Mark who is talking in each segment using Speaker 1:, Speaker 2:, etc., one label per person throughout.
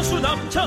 Speaker 1: 벅차차차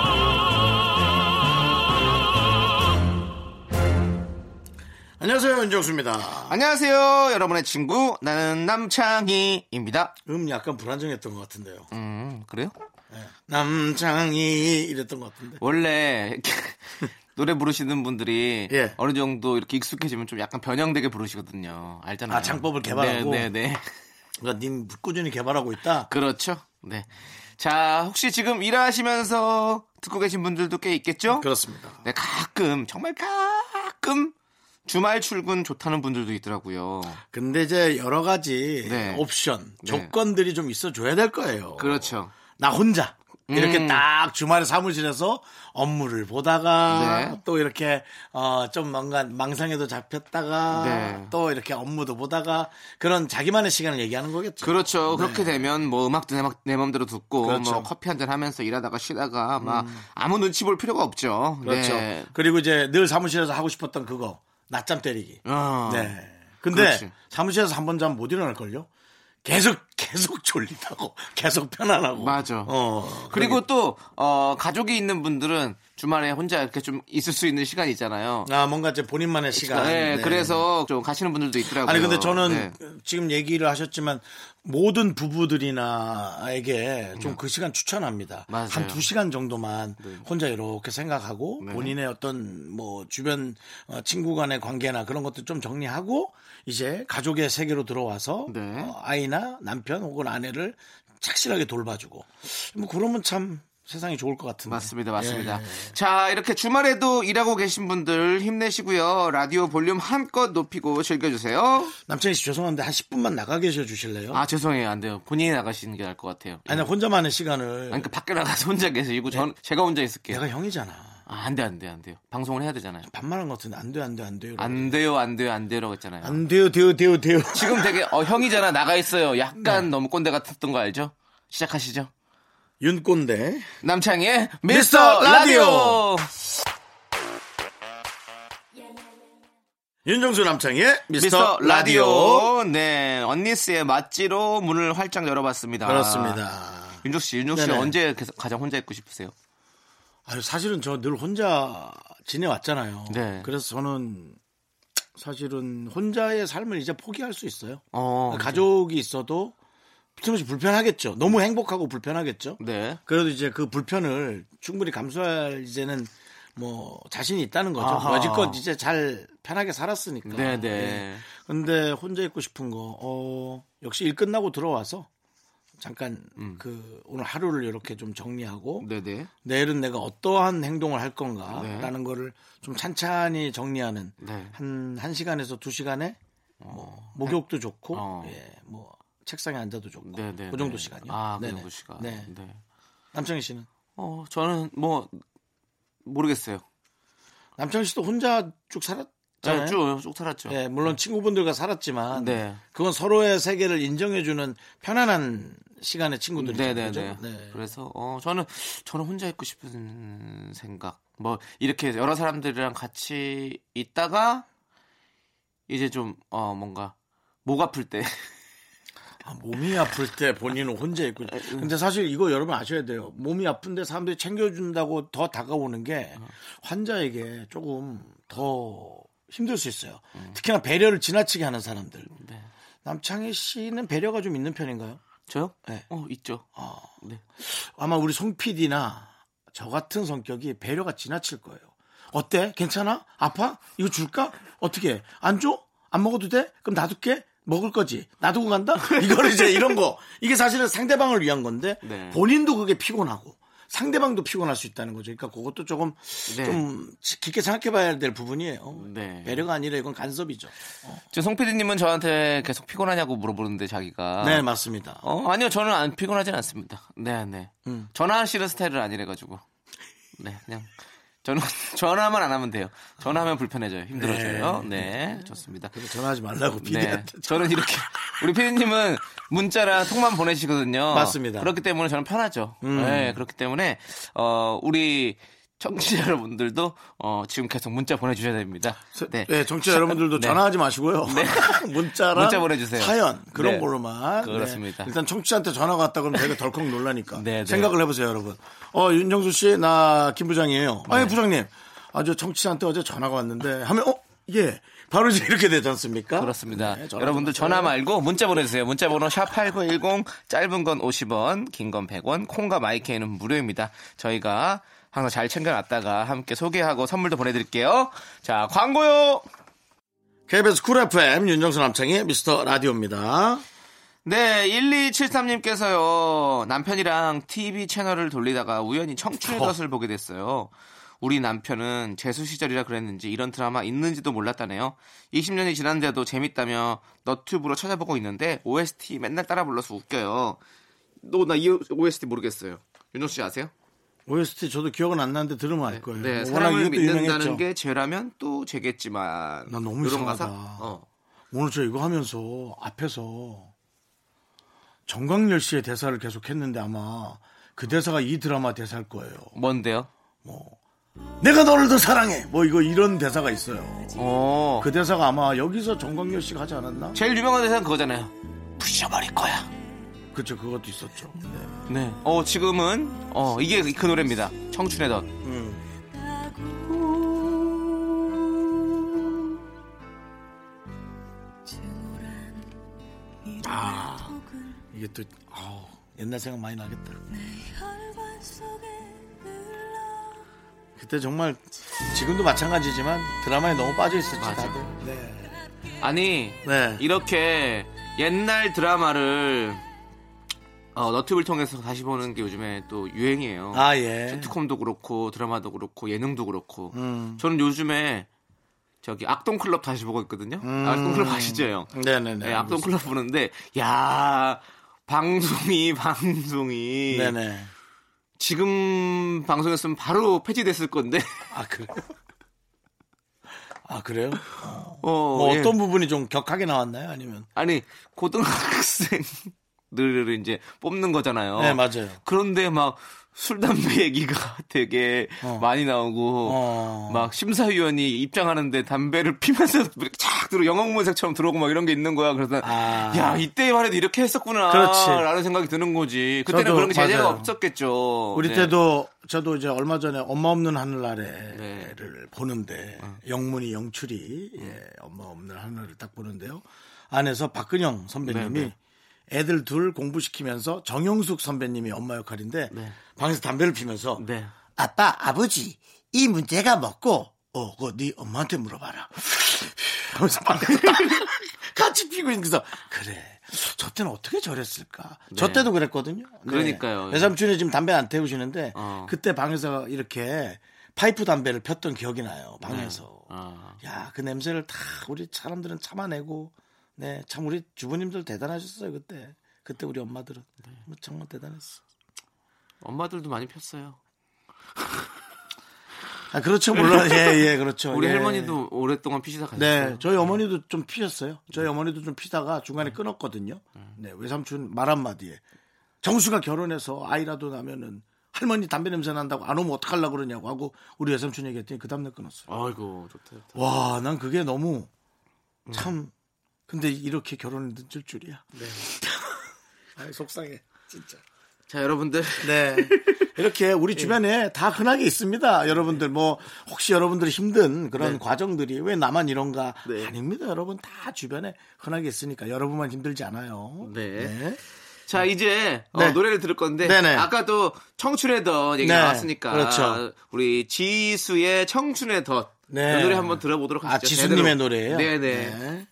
Speaker 1: 안녕하세요 윤정수입니다
Speaker 2: 안녕하세요, 여러분의 친구 나는 남창희입니다.
Speaker 1: 음 약간 불안정했던 것 같은데요 네.
Speaker 2: 음 그래요?
Speaker 1: 남창이 이랬던 것 같은데
Speaker 2: 원래 이렇게 노래 부르시는 분들이
Speaker 1: 예.
Speaker 2: 어느 정도 이렇게 익숙해지면 좀 약간 변형되게 부르시거든요. 알잖아요.
Speaker 1: 아, 창법을 개발하고?
Speaker 2: 네, 네, 네.
Speaker 1: 그러니까 님 꾸준히 개발하고 있다
Speaker 2: 그렇죠. 네. 자, 혹시 지금 일하시면서 듣고 계신 분들도 꽤 있겠죠?
Speaker 1: 음, 그렇습니다
Speaker 2: 네, 가끔 정말 가끔 주말 출근 좋다는 분들도 있더라고요.
Speaker 1: 근데 이제 여러 가지
Speaker 2: 네.
Speaker 1: 옵션
Speaker 2: 네.
Speaker 1: 조건들이 좀 있어줘야 될 거예요
Speaker 2: 그렇죠.
Speaker 1: 나 혼자 이렇게
Speaker 2: 음.
Speaker 1: 딱 주말에 사무실에서 업무를 보다가
Speaker 2: 네.
Speaker 1: 또 이렇게 어 좀 뭔가 망상에도 잡혔다가
Speaker 2: 네.
Speaker 1: 또 이렇게 업무도 보다가 그런 자기만의 시간을 얘기하는 거겠죠.
Speaker 2: 그렇죠.
Speaker 1: 네.
Speaker 2: 그렇게 되면 뭐 음악도 내, 맘- 내 맘대로 듣고
Speaker 1: 그렇죠. 음.
Speaker 2: 뭐 커피 한잔 하면서 일하다가 쉬다가 막 아무 눈치 볼 필요가 없죠.
Speaker 1: 그렇죠.
Speaker 2: 네.
Speaker 1: 그리고 이제 늘 사무실에서 하고 싶었던 그거 낮잠 때리기.
Speaker 2: 어.
Speaker 1: 네. 근데
Speaker 2: 그렇지.
Speaker 1: 사무실에서 한 번 자면 못 일어날 걸요. 계속 계속 졸리다고 계속 편안하고.
Speaker 2: 맞아.
Speaker 1: 어.
Speaker 2: 그리고 또 어, 가족이 있는 분들은 주말에 혼자 이렇게 좀 있을 수 있는 시간이 있잖아요.
Speaker 1: 아 뭔가 이제 본인만의 시간.
Speaker 2: 네,
Speaker 1: 네.
Speaker 2: 그래서 좀 가시는 분들도 있더라고요.
Speaker 1: 아니 근데 저는
Speaker 2: 네.
Speaker 1: 지금 얘기를 하셨지만 모든 부부들이나에게 좀 그 시간 추천합니다.
Speaker 2: 맞아요.
Speaker 1: 한 두 시간 정도만 혼자 이렇게 생각하고
Speaker 2: 네.
Speaker 1: 본인의 어떤 뭐 주변 어, 친구 간의 관계나 그런 것도 좀 정리하고 이제 가족의 세계로 들어와서
Speaker 2: 네.
Speaker 1: 어, 아이나 남편 혹은 아내를 착실하게 돌봐주고 뭐 그러면 참 세상이 좋을 것 같은데.
Speaker 2: 맞습니다, 맞습니다. 자, 이렇게 주말에도 일하고 계신 분들 힘내시고요. 라디오 볼륨 한껏 높이고 즐겨주세요.
Speaker 1: 남창희 씨 죄송한데 한 10분만 나가 계셔 주실래요?
Speaker 2: 아, 죄송해요. 안 돼요. 본인이 나가시는 게 나을 것 같아요.
Speaker 1: 아니 혼자만의 시간을
Speaker 2: 아니, 그 밖에 나가서 혼자 계시고, 전, 제가 혼자 있을게요.
Speaker 1: 네. 내가 형이잖아.
Speaker 2: 아, 안 돼, 안 돼, 안 돼요. 방송을 해야 되잖아요.
Speaker 1: 반말한 것 같은데 안 돼 안 돼 안 돼요.
Speaker 2: 안 돼요, 안 돼요, 안 돼요라고 했잖아요.
Speaker 1: 안 돼요 돼요 돼요 돼요.
Speaker 2: 지금 되게, 어, 형이잖아, 나가 있어요. 약간 너무 꼰대 같았던 거 알죠? 시작하시죠.
Speaker 1: 윤꼰대.
Speaker 2: 남창희의
Speaker 1: 미스터
Speaker 2: 미스터
Speaker 1: 라디오.
Speaker 2: 라디오!
Speaker 1: 윤정수 남창의 미스터,
Speaker 2: 미스터
Speaker 1: 라디오.
Speaker 2: 라디오. 네, 언니스의 맛지로 문을 활짝 열어봤습니다.
Speaker 1: 그렇습니다.
Speaker 2: 윤종 씨, 윤종 씨
Speaker 1: 네네.
Speaker 2: 언제 계속 가장 혼자 있고 싶으세요?
Speaker 1: 아유 사실은 저 늘 혼자 지내왔잖아요.
Speaker 2: 네.
Speaker 1: 그래서 저는 사실은 혼자의 삶을 이제 포기할 수 있어요.
Speaker 2: 어,
Speaker 1: 가족이 있어도 틀림없이 불편하겠죠. 너무 행복하고 불편하겠죠.
Speaker 2: 네.
Speaker 1: 그래도 이제 그 불편을 충분히 감수할 이제는 뭐 자신이 있다는 거죠.
Speaker 2: 아하.
Speaker 1: 여지껏 이제 잘 편하게 살았으니까.
Speaker 2: 네, 네.
Speaker 1: 예. 근데 혼자 있고 싶은 거, 어, 역시 일 끝나고 들어와서 잠깐
Speaker 2: 음.
Speaker 1: 그 오늘 하루를 이렇게 좀 정리하고
Speaker 2: 네네.
Speaker 1: 내일은 내가 어떠한 행동을 할 건가
Speaker 2: 네.
Speaker 1: 라는 거를 좀 찬찬히 정리하는
Speaker 2: 네.
Speaker 1: 한, 한 시간에서 두 시간에 뭐 목욕도 좋고
Speaker 2: 어.
Speaker 1: 예, 뭐 책상에 앉아도 좋고
Speaker 2: 네네.
Speaker 1: 그 정도 시간이요.
Speaker 2: 아, 그
Speaker 1: 네네.
Speaker 2: 정도 시간.
Speaker 1: 네.
Speaker 2: 네.
Speaker 1: 남창희 씨는?
Speaker 2: 어, 저는 뭐, 모르겠어요.
Speaker 1: 남창희 씨도 혼자 쭉 살았잖아요.
Speaker 2: 네, 쭉쭉 살았죠.
Speaker 1: 예, 물론 친구분들과 살았지만
Speaker 2: 네.
Speaker 1: 그건 서로의 세계를 인정해주는 편안한 시간의 친구들이죠.
Speaker 2: 네네네.
Speaker 1: 그죠? 네.
Speaker 2: 그래서 어 저는 저는 혼자 있고 싶은 생각. 뭐 이렇게 여러 사람들이랑 같이 있다가 이제 좀 어 뭔가 목 아플 때.
Speaker 1: 아, 몸이 아플 때 본인은 혼자 있고.
Speaker 2: 아, 음.
Speaker 1: 근데 사실 이거 여러분 아셔야 돼요. 몸이 아픈데 사람들이 챙겨준다고 더 다가오는 게
Speaker 2: 어.
Speaker 1: 환자에게 조금 더 힘들 수 있어요. 특히나 배려를 지나치게 하는 사람들.
Speaker 2: 네.
Speaker 1: 남창희 씨는 배려가 좀 있는 편인가요?
Speaker 2: 저요?
Speaker 1: 네.
Speaker 2: 어 있죠.
Speaker 1: 어.
Speaker 2: 네.
Speaker 1: 아마 우리 송 PD나 저 같은 성격이 배려가 지나칠 거예요. 어때? 괜찮아? 아파? 이거 줄까? 어떻게? 해? 안 줘? 안 먹어도 돼? 그럼 놔둘게? 먹을 거지? 놔두고 간다? 이거를 이제 이런 거. 이게 사실은 상대방을 위한 건데
Speaker 2: 네.
Speaker 1: 본인도 그게 피곤하고 상대방도 피곤할 수 있다는 거죠. 그러니까 그것도 조금
Speaker 2: 네.
Speaker 1: 좀 깊게 생각해 봐야 될 부분이에요.
Speaker 2: 네.
Speaker 1: 배려가 아니라 이건 간섭이죠.
Speaker 2: 지금 송 PD님은 저한테 계속 피곤하냐고 물어보는데 자기가.
Speaker 1: 네, 맞습니다.
Speaker 2: 어 아니요 저는 안 네.
Speaker 1: 음.
Speaker 2: 피곤하진 않습니다. 네네. 전화하시는 스타일은 아니래 가지고. 네 그냥 저는 전화만 안 하면 돼요. 전화하면 불편해져요. 힘들어져요. 네, 좋습니다.
Speaker 1: 그래서 전화하지 말라고
Speaker 2: 네,
Speaker 1: 피디한테.
Speaker 2: 저는 이렇게 우리 피디님은 문자랑 통만 보내시거든요.
Speaker 1: 맞습니다.
Speaker 2: 그렇기 때문에 저는 편하죠.
Speaker 1: 음.
Speaker 2: 네, 그렇기 때문에 어, 우리 청취자 여러분들도 어, 지금 계속 문자 보내주셔야 됩니다.
Speaker 1: 저- 네. 정치자 여러분들도
Speaker 2: 네.
Speaker 1: 전화하지 마시고요. 문자랑
Speaker 2: 문자 보내주세요.
Speaker 1: 사연 그런
Speaker 2: 네.
Speaker 1: 걸로만. 네.
Speaker 2: 그렇습니다.
Speaker 1: 일단 청취자한테 전화가 왔다 그러면 되게 덜컥 놀라니까.
Speaker 2: 네, 네.
Speaker 1: 생각을 해보세요, 여러분. 어, 윤정수 씨, 나 김 부장이에요.
Speaker 2: 네.
Speaker 1: 아예 부장님. 아, 저 청취자한테 어제 전화가 왔는데 하면 어? 예. 바로 이제 이렇게 되지 않습니까?
Speaker 2: 그렇습니다.
Speaker 1: 네, 전화
Speaker 2: 여러분들
Speaker 1: 좀
Speaker 2: 전화 말고 문자 보내주세요. 문자 번호 샵8910 짧은 건 50원, 긴 건 100원, 콩과 마이케이는 무료입니다. 저희가 항상 잘 챙겨놨다가 함께 소개하고 선물도 보내드릴게요. 자, 광고요!
Speaker 1: KBS 쿨 FM 윤정수 남창의 미스터 라디오입니다.
Speaker 2: 네, 1273님께서요, 남편이랑 TV 채널을 돌리다가 우연히 청춘의
Speaker 1: 어.
Speaker 2: 덫을 보게 됐어요. 우리 남편은 재수 시절이라 그랬는지 이런 드라마 있는지도 몰랐다네요. 20년이 지났는데도 재밌다며 너튜브로 찾아보고 있는데 OST 맨날 따라 불러서 웃겨요. 너 나 이 OST 모르겠어요. 윤정수 씨 아세요?
Speaker 1: OST 저도 기억은 안 나는데 들으면 알 거예요.
Speaker 2: 네,
Speaker 1: 워낙
Speaker 2: 사람을
Speaker 1: 이것도
Speaker 2: 믿는다는
Speaker 1: 유명했죠.
Speaker 2: 게 죄라면 또 죄겠지만.
Speaker 1: 나 너무
Speaker 2: 이런
Speaker 1: 이상하다.
Speaker 2: 어.
Speaker 1: 오늘 저 이거 하면서 앞에서 정광열 씨의 대사를 계속 했는데 아마 그 대사가 이 드라마 대사일 거예요.
Speaker 2: 뭔데요?
Speaker 1: 뭐 내가 너를 더 사랑해. 뭐 이거 이런 대사가 있어요.
Speaker 2: 어.
Speaker 1: 그 대사가 아마 여기서 정광열 씨가 하지 않았나?
Speaker 2: 제일 유명한 대사는 그거잖아요. 부셔버릴 거야.
Speaker 1: 그쵸 그것도 있었죠. 네.
Speaker 2: 네. 어 지금은 어 이게 그 노래입니다. 청춘의 덫.
Speaker 1: 음. 이게 또 아우, 옛날 생각 많이 나겠다. 그때 정말 지금도 마찬가지지만 드라마에 너무 빠져 있었지
Speaker 2: 맞아.
Speaker 1: 다들. 네.
Speaker 2: 아니
Speaker 1: 네.
Speaker 2: 이렇게 옛날 드라마를 어, 너튜브를 통해서 다시 보는 게 요즘에 또 유행이에요.
Speaker 1: 아 예.
Speaker 2: 시트콤도 그렇고 드라마도 그렇고 예능도 그렇고
Speaker 1: 음.
Speaker 2: 저는 요즘에 저기 악동클럽 다시 보고 있거든요. 악동클럽 아시죠? 형?
Speaker 1: 음. 네네네.
Speaker 2: 네, 악동클럽 보는데 야 방송이 방송이
Speaker 1: 네네.
Speaker 2: 지금 방송했으면 바로 폐지됐을 건데
Speaker 1: 아 그래. 아 그래요?
Speaker 2: 어,
Speaker 1: 뭐
Speaker 2: 예.
Speaker 1: 어떤 부분이 좀 격하게 나왔나요? 아니면?
Speaker 2: 아니 고등학생들을 이제 뽑는 거잖아요.
Speaker 1: 네 맞아요.
Speaker 2: 그런데 막 술 담배 얘기가 되게
Speaker 1: 어.
Speaker 2: 많이 나오고
Speaker 1: 어.
Speaker 2: 막 심사위원이 입장하는데 담배를 피면서 이렇게 쫙 들어 영웅문색처럼 들어오고 막 이런 게 있는 거야. 그래서 난
Speaker 1: 아.
Speaker 2: 야 이때만 해도 이렇게 했었구나.
Speaker 1: 그렇지.
Speaker 2: 라는 생각이 드는 거지. 그때는
Speaker 1: 저도
Speaker 2: 그런 게 제재가
Speaker 1: 맞아요.
Speaker 2: 없었겠죠.
Speaker 1: 우리
Speaker 2: 네.
Speaker 1: 때도 저도 이제 얼마 전에 엄마 없는 하늘아래를
Speaker 2: 네. 어.
Speaker 1: 보는데 영문이 영출이 예, 엄마 없는 하늘을 딱 보는데요. 안에서 박근영 선배님이
Speaker 2: 네,
Speaker 1: 애들 둘 공부시키면서 정영숙 선배님이 엄마 역할인데
Speaker 2: 네.
Speaker 1: 방에서 담배를 피면서
Speaker 2: 네.
Speaker 1: 아빠 아버지 이 문제가 먹고 어 그거 네 엄마한테 물어봐라 하면서 방에서 딱 같이 피고 있는 그래서 그래 저 때는 어떻게 저랬을까 저
Speaker 2: 네.
Speaker 1: 때도 그랬거든요 네.
Speaker 2: 그러니까요.
Speaker 1: 외삼촌이 지금 담배 안 태우시는데
Speaker 2: 어.
Speaker 1: 그때 방에서 이렇게 파이프 담배를 폈던 기억이 나요 방에서
Speaker 2: 아.
Speaker 1: 야 그 냄새를 다 우리 사람들은 참아내고 네 참 우리 주부님들 대단하셨어요 그때 그때 우리 엄마들은
Speaker 2: 네.
Speaker 1: 뭐 정말 대단했어
Speaker 2: 엄마들도 많이 폈어요.
Speaker 1: 아 그렇죠 물론 예예 그렇죠
Speaker 2: 우리
Speaker 1: 예.
Speaker 2: 할머니도 오랫동안 피시다 가셨어요.
Speaker 1: 네, 저희 어머니도 좀 피셨어요. 저희 어머니도 좀 피다가 중간에 끊었거든요. 네, 외삼촌 말 한마디에 정수가 결혼해서 아이라도 나면은 할머니 담배 냄새 난다고 안 오면 어떡하려고 그러냐고 하고 우리 외삼촌 얘기했더니 그 다음날 끊었어요.
Speaker 2: 아이고 좋다 좋다.
Speaker 1: 와, 난 그게 너무 음. 참 근데 이렇게 결혼을 늦을 줄이야. 네. 아, 속상해. 진짜.
Speaker 2: 자 여러분들
Speaker 1: 네. 이렇게
Speaker 2: 예.
Speaker 1: 우리 주변에 다 흔하게 있습니다. 여러분들 뭐 혹시 여러분들이 힘든 그런 과정들이 왜 나만 이런가?
Speaker 2: 네.
Speaker 1: 아닙니다. 여러분 다 주변에 흔하게 있으니까 여러분만 힘들지 않아요.
Speaker 2: 네. 자 이제 어,
Speaker 1: 네.
Speaker 2: 노래를 들을 건데
Speaker 1: 네네.
Speaker 2: 아까 또 청춘의 덫 얘기
Speaker 1: 네,
Speaker 2: 나왔으니까
Speaker 1: 그렇죠.
Speaker 2: 우리 지수의 청춘의 덫
Speaker 1: 네.
Speaker 2: 그 노래 한번 들어보도록 하죠.
Speaker 1: 아, 지수님의 노래예요.
Speaker 2: 네네.
Speaker 1: 네.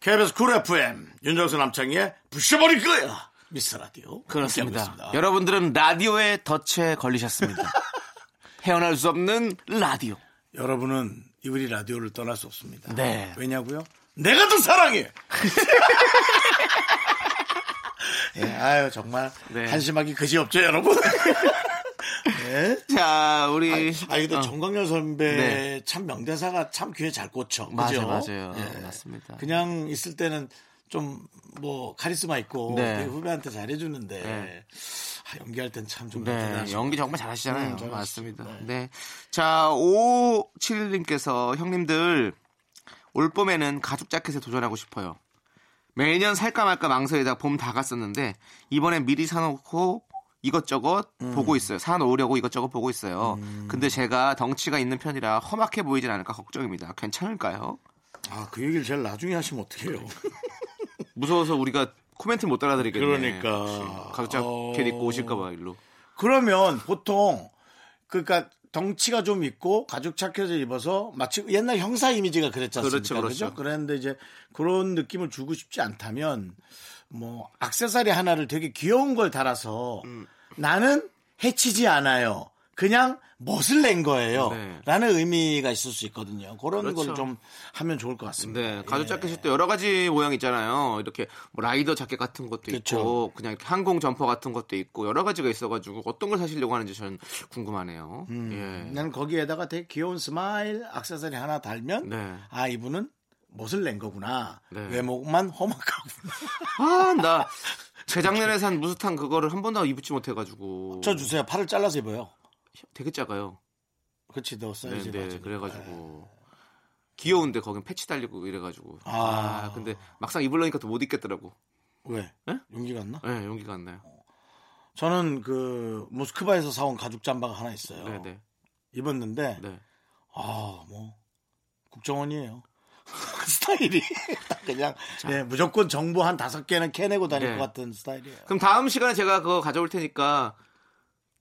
Speaker 1: KBS 쿨 FM 윤정수 남창희의 부셔버릴 거야. 미스 라디오. 함께하고
Speaker 2: 그렇습니다.
Speaker 1: 있습니다.
Speaker 2: 여러분들은 라디오의 덫에 걸리셨습니다. 헤어날 수 없는 라디오.
Speaker 1: 여러분은 우리 라디오를 떠날 수 없습니다.
Speaker 2: 네.
Speaker 1: 왜냐고요? 내가 더 사랑해. 예, 아유 정말
Speaker 2: 네.
Speaker 1: 예, 한심하기 그지 없죠 여러분. 네.
Speaker 2: 자, 우리.
Speaker 1: 아니, 아니, 근데
Speaker 2: 어.
Speaker 1: 정광열 선배
Speaker 2: 네.
Speaker 1: 참 명대사가 참 귀에 잘 꽂혀. 그죠?
Speaker 2: 맞아요, 맞아요.
Speaker 1: 예.
Speaker 2: 맞습니다.
Speaker 1: 그냥 있을 때는 좀 뭐 카리스마 있고
Speaker 2: 네.
Speaker 1: 되게 후배한테 잘해주는데
Speaker 2: 네.
Speaker 1: 아, 연기할 땐 참좀
Speaker 2: 네, 연기 정말 잘하시잖아요.
Speaker 1: 음, 잘하시죠.
Speaker 2: 맞습니다.
Speaker 1: 네.
Speaker 2: 네. 자, 571님께서 형님들 올 봄에는 가죽 자켓에 도전하고 싶어요. 매년 살까 말까 망설이다 봄 다 갔었는데 이번에 미리 사놓고 이것저것 보고 있어요. 사놓으려고 이것저것 보고 있어요. 근데 제가 덩치가 있는 편이라 험악해 보이진 않을까 걱정입니다. 괜찮을까요?
Speaker 1: 아그 얘기를 제일 나중에 하시면 어떡해요
Speaker 2: 무서워서 우리가 코멘트 못 따라드리겠네.
Speaker 1: 그러니까.
Speaker 2: 혹시 가죽 자켓
Speaker 1: 어.
Speaker 2: 입고 오실까봐 일로.
Speaker 1: 그러면 보통 그러니까 덩치가 좀 있고 가죽 차켓을 입어서 마치 옛날 형사 이미지가 그랬지 않습니까?
Speaker 2: 그렇죠, 그렇죠.
Speaker 1: 그랬는데 이제 그런 느낌을 주고 싶지 않다면 뭐 악세사리 하나를 되게 귀여운 걸 달아서
Speaker 2: 음.
Speaker 1: 나는 해치지 않아요. 그냥 멋을 낸 거예요.
Speaker 2: 네.
Speaker 1: 라는 의미가 있을 수 있거든요. 그런
Speaker 2: 그렇죠.
Speaker 1: 걸 좀 하면 좋을 것 같습니다.
Speaker 2: 네, 가죽 자켓이 또 여러 가지 모양 있잖아요. 이렇게 뭐 라이더 자켓 같은 것도
Speaker 1: 그쵸.
Speaker 2: 있고, 그냥 이렇게 항공 점퍼 같은 것도 있고, 여러 가지가 있어가지고 어떤 걸 사시려고 하는지 저는 궁금하네요. 예.
Speaker 1: 나는 거기에다가 되게 귀여운 스마일 악세사리 하나 달면
Speaker 2: 네.
Speaker 1: 아 이분은 멋을 낸 거구나
Speaker 2: 네.
Speaker 1: 외모만 험악하구나
Speaker 2: 아, 나 재작년에 산 무스탕 그거를 한 번도 입지 못해가지고
Speaker 1: 저 주세요 팔을 잘라서 입어요
Speaker 2: 되게 작아요.
Speaker 1: 그렇지 너
Speaker 2: 네,
Speaker 1: 사이즈
Speaker 2: 네,
Speaker 1: 맞아.
Speaker 2: 그래가지고 귀여운데 거긴 패치 달리고 이래가지고
Speaker 1: 아.
Speaker 2: 아, 근데 막상 입으려니까 또 못 입겠더라고.
Speaker 1: 왜
Speaker 2: 네?
Speaker 1: 용기가 안 나?
Speaker 2: 예, 네, 용기가 안 나요.
Speaker 1: 저는 그 모스크바에서 사온 가죽 잠바가 하나 있어요
Speaker 2: 네, 네,
Speaker 1: 입었는데
Speaker 2: 네.
Speaker 1: 아 뭐 국정원이에요 스타일이 딱 그냥 네, 무조건 정보 한 다섯 개는 캐내고 다닐
Speaker 2: 네.
Speaker 1: 것 같은 스타일이에요
Speaker 2: 그럼 다음 시간에 제가 그거 가져올 테니까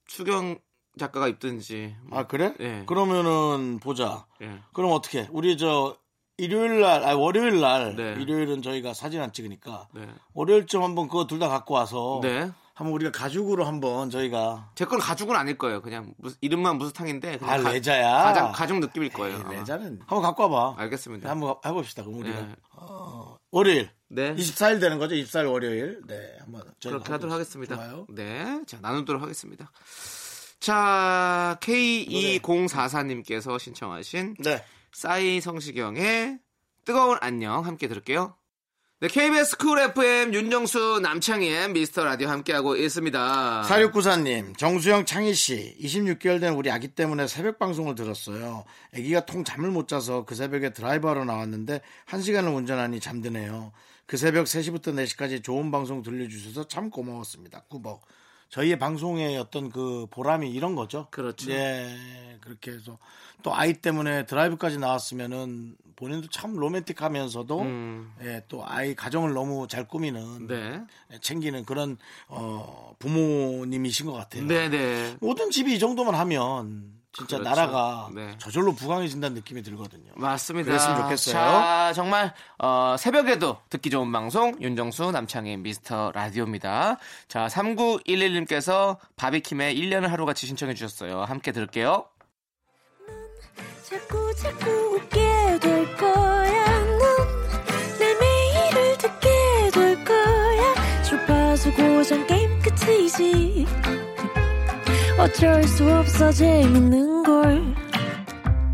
Speaker 2: 추경 작가가 입든지 뭐,
Speaker 1: 아 그래?
Speaker 2: 네.
Speaker 1: 그러면은 보자
Speaker 2: 예.
Speaker 1: 그럼 어떻게? 우리 저 일요일 날, 아 월요일 날,
Speaker 2: 네.
Speaker 1: 일요일은 저희가 사진 안 찍으니까
Speaker 2: 네.
Speaker 1: 월요일쯤 한번 그거 둘 다 갖고 와서
Speaker 2: 네.
Speaker 1: 한번 우리가 가죽으로 한번 저희가
Speaker 2: 제 건 가죽은 아닐 거예요. 그냥 무슨- 이름만 무슨 탕인데 그냥
Speaker 1: 아
Speaker 2: 음, 가,
Speaker 1: 레자야.
Speaker 2: 장 가죽 느낌일 거예요. 아마.
Speaker 1: 레자는 한번 갖고 와봐.
Speaker 2: 알겠습니다.
Speaker 1: 한번 해봅시다. 그럼 우리가
Speaker 2: 네.
Speaker 1: 어, 월요일
Speaker 2: 네.
Speaker 1: 24일 되는 거죠? 24일 월요일. 네, 한번 저희가
Speaker 2: 그렇게 하도록 하겠습니다.
Speaker 1: 좋아요.
Speaker 2: 네. 자, 나누도록 하겠습니다. 자, K2044님께서 신청하신
Speaker 1: 네,
Speaker 2: 싸이 성시경의 뜨거운 안녕 함께 들을게요. 네, KBS 쿨 FM 윤정수 남창희의 미스터 라디오 함께하고 있습니다.
Speaker 1: 사육구사님, 정수영 창희 씨, 26개월 된 우리 아기 때문에 새벽 방송을 들었어요. 아기가 통 잠을 못 자서 그 새벽에 드라이버로 나왔는데 1시간을 운전하니 잠드네요. 그 새벽 3시부터 4시까지 좋은 방송 들려주셔서 참 고마웠습니다. 꾸벅. 저희의 방송의 어떤 그 보람이 이런 거죠.
Speaker 2: 그렇죠.
Speaker 1: 예, 그렇게 해서 또 아이 때문에 드라이브까지 나왔으면은 본인도 참 로맨틱하면서도
Speaker 2: 음.
Speaker 1: 예, 또 아이 가정을 너무 잘 꾸미는
Speaker 2: 네.
Speaker 1: 예, 챙기는 그런 어, 부모님이신 것 같아요.
Speaker 2: 네네.
Speaker 1: 모든 집이 이 정도만 하면 진짜
Speaker 2: 그렇죠.
Speaker 1: 나라가
Speaker 2: 네.
Speaker 1: 저절로 부강해진다는 느낌이 들거든요.
Speaker 2: 맞습니다.
Speaker 1: 그랬으면 좋겠어요.
Speaker 2: 자, 정말 어, 새벽에도 듣기 좋은 방송 윤정수 남창희 미스터 라디오입니다. 자, 3911님께서 바비킴의 1년을 하루같이 신청해 주셨어요. 함께 들을게요.
Speaker 3: 자꾸 자꾸 웃게 될 거야. 넌내 매일을 듣게 될 거야. 주파수 고정 게임 끝이지. 어쩔 수 없어 재밌는 걸.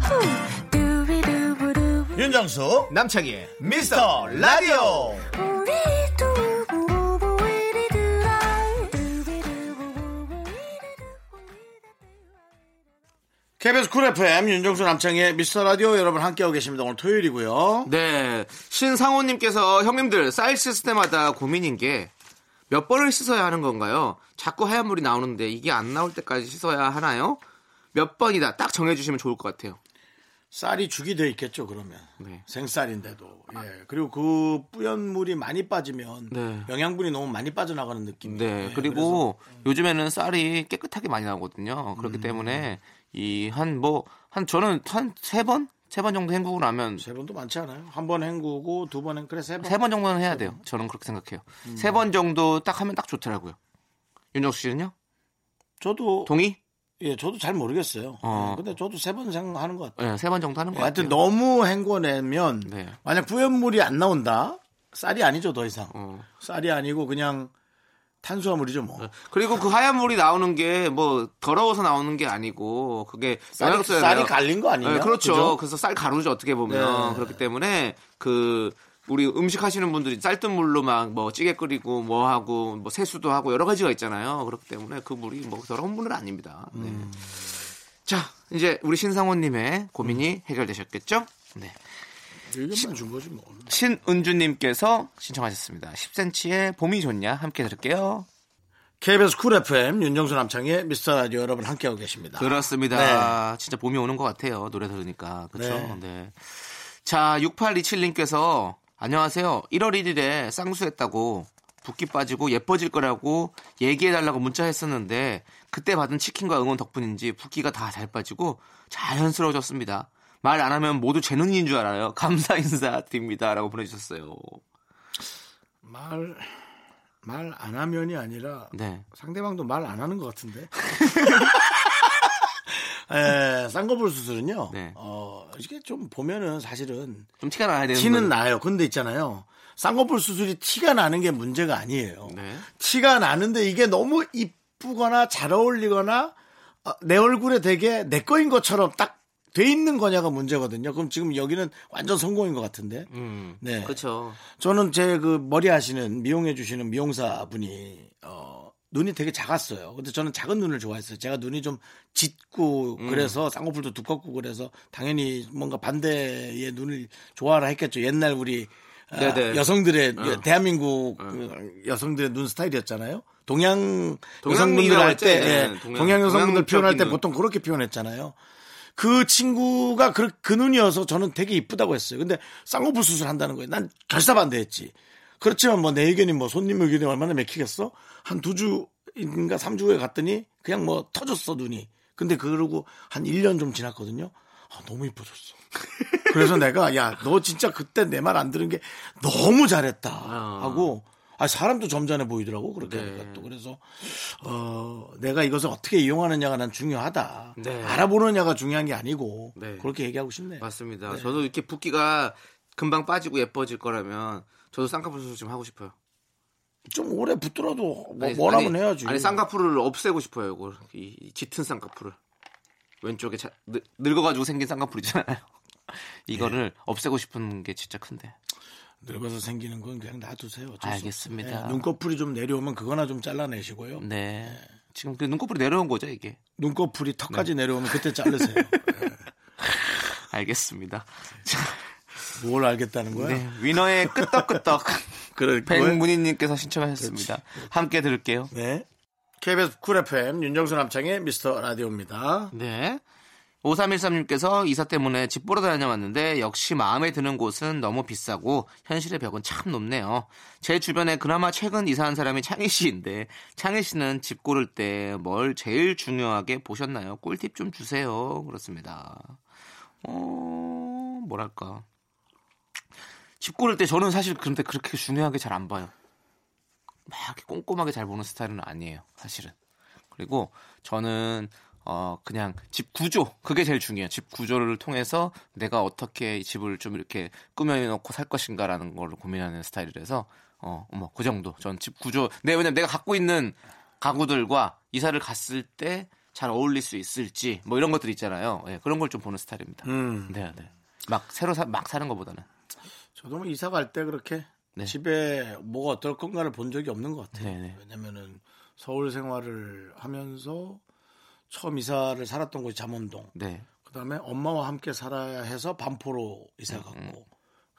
Speaker 3: 후. 두비두부두.
Speaker 1: 윤정수
Speaker 2: 남창희의
Speaker 1: 미스터 라디오
Speaker 3: 우리 두부부부 우리들아. 두비두부부부 우리들아.
Speaker 1: KBS 쿨 FM 윤정수 남창의 미스터 라디오 여러분 함께하고 계십니다. 오늘 토요일이고요.
Speaker 2: 네. 신상호님께서 형님들 쌀 씻을 때마다 고민인 게 몇 번을 씻어야 하는 건가요? 자꾸 하얀 물이 나오는데 이게 안 나올 때까지 씻어야 하나요? 몇 번이다 딱 정해주시면 좋을 것 같아요.
Speaker 1: 쌀이 죽이 돼 있겠죠 그러면
Speaker 2: 네.
Speaker 1: 생쌀인데도 예 그리고 그 뿌연 물이 많이 빠지면
Speaker 2: 네.
Speaker 1: 영양분이 너무 많이 빠져나가는 예, 느낌.
Speaker 2: 네, 그리고
Speaker 1: 음.
Speaker 2: 요즘에는 쌀이 깨끗하게 많이 나오거든요. 그렇기 때문에 이 한 뭐 한 저는 한 세 번, 세 번 정도 헹구고 나면
Speaker 1: 세 번도 많지 않아요. 한 번 헹구고 두 번 헹 그래 세 번. 음.
Speaker 2: 세 번 정도는 해야 돼요. 저는 그렇게 생각해요. 세 번 정도 딱 하면 딱 좋더라고요. 윤정수 씨는요?
Speaker 1: 저도
Speaker 2: 동의?
Speaker 1: 예, 저도 잘 모르겠어요. 예,
Speaker 2: 어.
Speaker 1: 근데 저도 세 번 생각하는 것 같아요. 예.
Speaker 2: 네, 세 번 정도 하는 거
Speaker 1: 하여튼
Speaker 2: 같아요.
Speaker 1: 너무 헹궈내면
Speaker 2: 네.
Speaker 1: 만약 뿌연물이 안 나온다 쌀이 아니죠 더 이상
Speaker 2: 어,
Speaker 1: 쌀이 아니고 그냥 탄수화물이죠 뭐.
Speaker 2: 그리고 그 하얀 물이 나오는 게 뭐 더러워서 나오는 게 아니고 그게
Speaker 1: 쌀이,
Speaker 2: 영양소잖아요.
Speaker 1: 쌀이 갈린 거 아니에요?
Speaker 2: 네, 그렇죠.
Speaker 1: 그죠?
Speaker 2: 그래서쌀 가루죠 어떻게 보면
Speaker 1: 네.
Speaker 2: 그렇기 때문에 그 우리 음식 하시는 분들이 쌀뜨 물로 막 뭐 찌개 끓이고 뭐 하고 뭐 세수도 하고 여러 가지가 있잖아요. 그렇기 때문에 그 물이 뭐 더러운 물은 아닙니다. 네.
Speaker 1: 음.
Speaker 2: 자 이제 우리 신상호님의
Speaker 1: 음.
Speaker 2: 고민이 해결되셨겠죠? 네.
Speaker 1: 의견만 준 거지 뭐.
Speaker 2: 신은주님께서 신청하셨습니다. 10cm의 봄이 좋냐 함께 들을게요.
Speaker 1: KBS 쿨 FM 윤정수 남창의 미스터 라디오 여러분 함께하고 계십니다.
Speaker 2: 그렇습니다. 진짜 봄이 오는 것 같아요. 노래 들으니까. 그렇죠?
Speaker 1: 네.
Speaker 2: 네. 자, 6827님께서 안녕하세요. 1월 1일에 쌍수했다고 붓기 빠지고 예뻐질 거라고 얘기해달라고 문자했었는데 그때 받은 치킨과 응원 덕분인지 붓기가 다 잘 빠지고 자연스러워졌습니다. 말 안 하면 모두 제 눈인 줄 알아요. 감사 인사 드립니다. 라고 보내주셨어요.
Speaker 1: 말, 말 안 하면이 아니라
Speaker 2: 네.
Speaker 1: 상대방도 말 안 하는 것 같은데. 에, 예, 쌍꺼풀 수술은요.
Speaker 2: 네.
Speaker 1: 어, 이게 좀 보면은 사실은
Speaker 2: 좀 티가 나야 되는
Speaker 1: 티는
Speaker 2: 건-
Speaker 1: 나요. 근데 있잖아요. 쌍꺼풀 수술이 티가 나는 게 문제가 아니에요.
Speaker 2: 네.
Speaker 1: 티가 나는데 이게 너무 이쁘거나 잘 어울리거나 어, 내 얼굴에 되게 내 거인 것처럼 딱 돼 있는 거냐가 문제거든요. 그럼 지금 여기는 완전 성공인 것 같은데.
Speaker 2: 음.
Speaker 1: 네.
Speaker 2: 그렇죠.
Speaker 1: 저는 제 그 머리 하시는 미용해 주시는 미용사 분이 어 눈이 되게 작았어요. 근데 저는 작은 눈을 좋아했어요. 제가 눈이 좀 짙고
Speaker 2: 음.
Speaker 1: 그래서 쌍꺼풀도 두껍고 그래서 당연히 뭔가 반대의 눈을 좋아라 했겠죠. 옛날 우리 아,
Speaker 2: 네네. 어.
Speaker 1: 여성들의 대한민국 그 여성들의 눈 스타일이었잖아요. 동양 여성분들
Speaker 2: 동양미라고
Speaker 1: 할 때
Speaker 2: 했죠. 네,
Speaker 1: 예,
Speaker 2: 동양-
Speaker 1: 동양 여성분들
Speaker 2: 동양들
Speaker 1: 표현할 때
Speaker 2: 펴기는.
Speaker 1: 보통 그렇게 표현했잖아요. 그 친구가 그, 그 눈이어서 저는 되게 이쁘다고 했어요. 근데 쌍꺼풀 수술한다는 거예요. 난 결사 반대했지. 그렇지만 뭐 내 의견이 뭐 손님 의견이 얼마나 맥히겠어? 한 두 주인가 삼 주에 갔더니 그냥 뭐 터졌어 눈이. 근데 그러고 한 1년 좀 지났거든요. 아, 너무 이뻐졌어. 그래서 내가 야 너 진짜 그때 내 말 안 들은 게 너무 잘했다 하고 아 사람도 점잖해 보이더라고 그렇게
Speaker 2: 네.
Speaker 1: 하니까 또 그래서 어 내가 이것을 어떻게 이용하느냐가 난 중요하다
Speaker 2: 네.
Speaker 1: 알아보느냐가 중요한 게 아니고
Speaker 2: 네.
Speaker 1: 그렇게 얘기하고 싶네요
Speaker 2: 맞습니다. 저도 이렇게 붓기가 금방 빠지고 예뻐질 거라면 저도 쌍꺼풀 수술 좀 하고 싶어요.
Speaker 1: 좀 오래 붙더라도 뭐
Speaker 2: 아니,
Speaker 1: 원하면
Speaker 2: 아니,
Speaker 1: 해야지
Speaker 2: 아니 쌍꺼풀을 없애고 싶어요. 이거 이, 이 짙은 쌍꺼풀을 왼쪽에 자- 늙- 늙어가지고 생긴 쌍꺼풀이잖아요.
Speaker 1: 네.
Speaker 2: 이거를 없애고 싶은 게 진짜 큰데.
Speaker 1: 늙어서 생기는 건 그냥 놔두세요 어쩔 수 없어요.
Speaker 2: 알겠습니다.
Speaker 1: 예, 눈꺼풀이 좀 내려오면 그거나 좀 잘라내시고요
Speaker 2: 네. 지금 그 눈꺼풀이 내려온 거죠 이게.
Speaker 1: 눈꺼풀이 턱까지
Speaker 2: 네.
Speaker 1: 내려오면 그때 자르세요
Speaker 2: 알겠습니다.
Speaker 1: 네.
Speaker 2: 자,
Speaker 1: 뭘 알겠다는 거야
Speaker 2: 네. 위너의 끄떡끄떡
Speaker 1: 그래, 그거야?
Speaker 2: 백문희님께서 신청하셨습니다. 함께 들을게요.
Speaker 1: 네. KBS 쿨 FM 윤정수 남창의 미스터 라디오입니다.
Speaker 2: 네. 5313님께서 이사 때문에 집 보러 다녀왔는데 역시 마음에 드는 곳은 너무 비싸고 현실의 벽은 참 높네요. 제 주변에 그나마 최근 이사한 사람이 창희 씨인데 창희 씨는 집 고를 때 뭘 제일 중요하게 보셨나요? 꿀팁 좀 주세요. 그렇습니다. 어, 뭐랄까. 집 고를 때 저는 사실 그런데 그렇게 중요하게 잘 안 봐요. 막 이렇게 꼼꼼하게 잘 보는 스타일은 아니에요. 사실은. 그리고 저는 어 그냥 집 구조 그게 제일 중요해요. 집 구조를 통해서 내가 어떻게 이 집을 좀 이렇게 꾸며놓고 살 것인가라는 걸 고민하는 스타일이라서 어뭐그 정도. 전 집 구조. 네 왜냐면 내가 갖고 있는 가구들과 이사를 갔을 때 잘 어울릴 수 있을지 뭐 이런 것들 있잖아요. 예, 그런 걸 좀 보는 스타일입니다.
Speaker 1: 음.
Speaker 2: 네, 네. 막 새로 사, 막 사는 것보다는.
Speaker 1: 저도 뭐 이사 갈 때 그렇게
Speaker 2: 네.
Speaker 1: 집에 뭐가 어떨 건가를 본 적이 없는 것 같아요.
Speaker 2: 네네.
Speaker 1: 왜냐면은 서울 생활을 하면서 처음 이사를 살았던 곳이 잠원동.
Speaker 2: 네.
Speaker 1: 그다음에 엄마와 함께 살아야 해서 반포로
Speaker 2: 음,
Speaker 1: 이사 갔고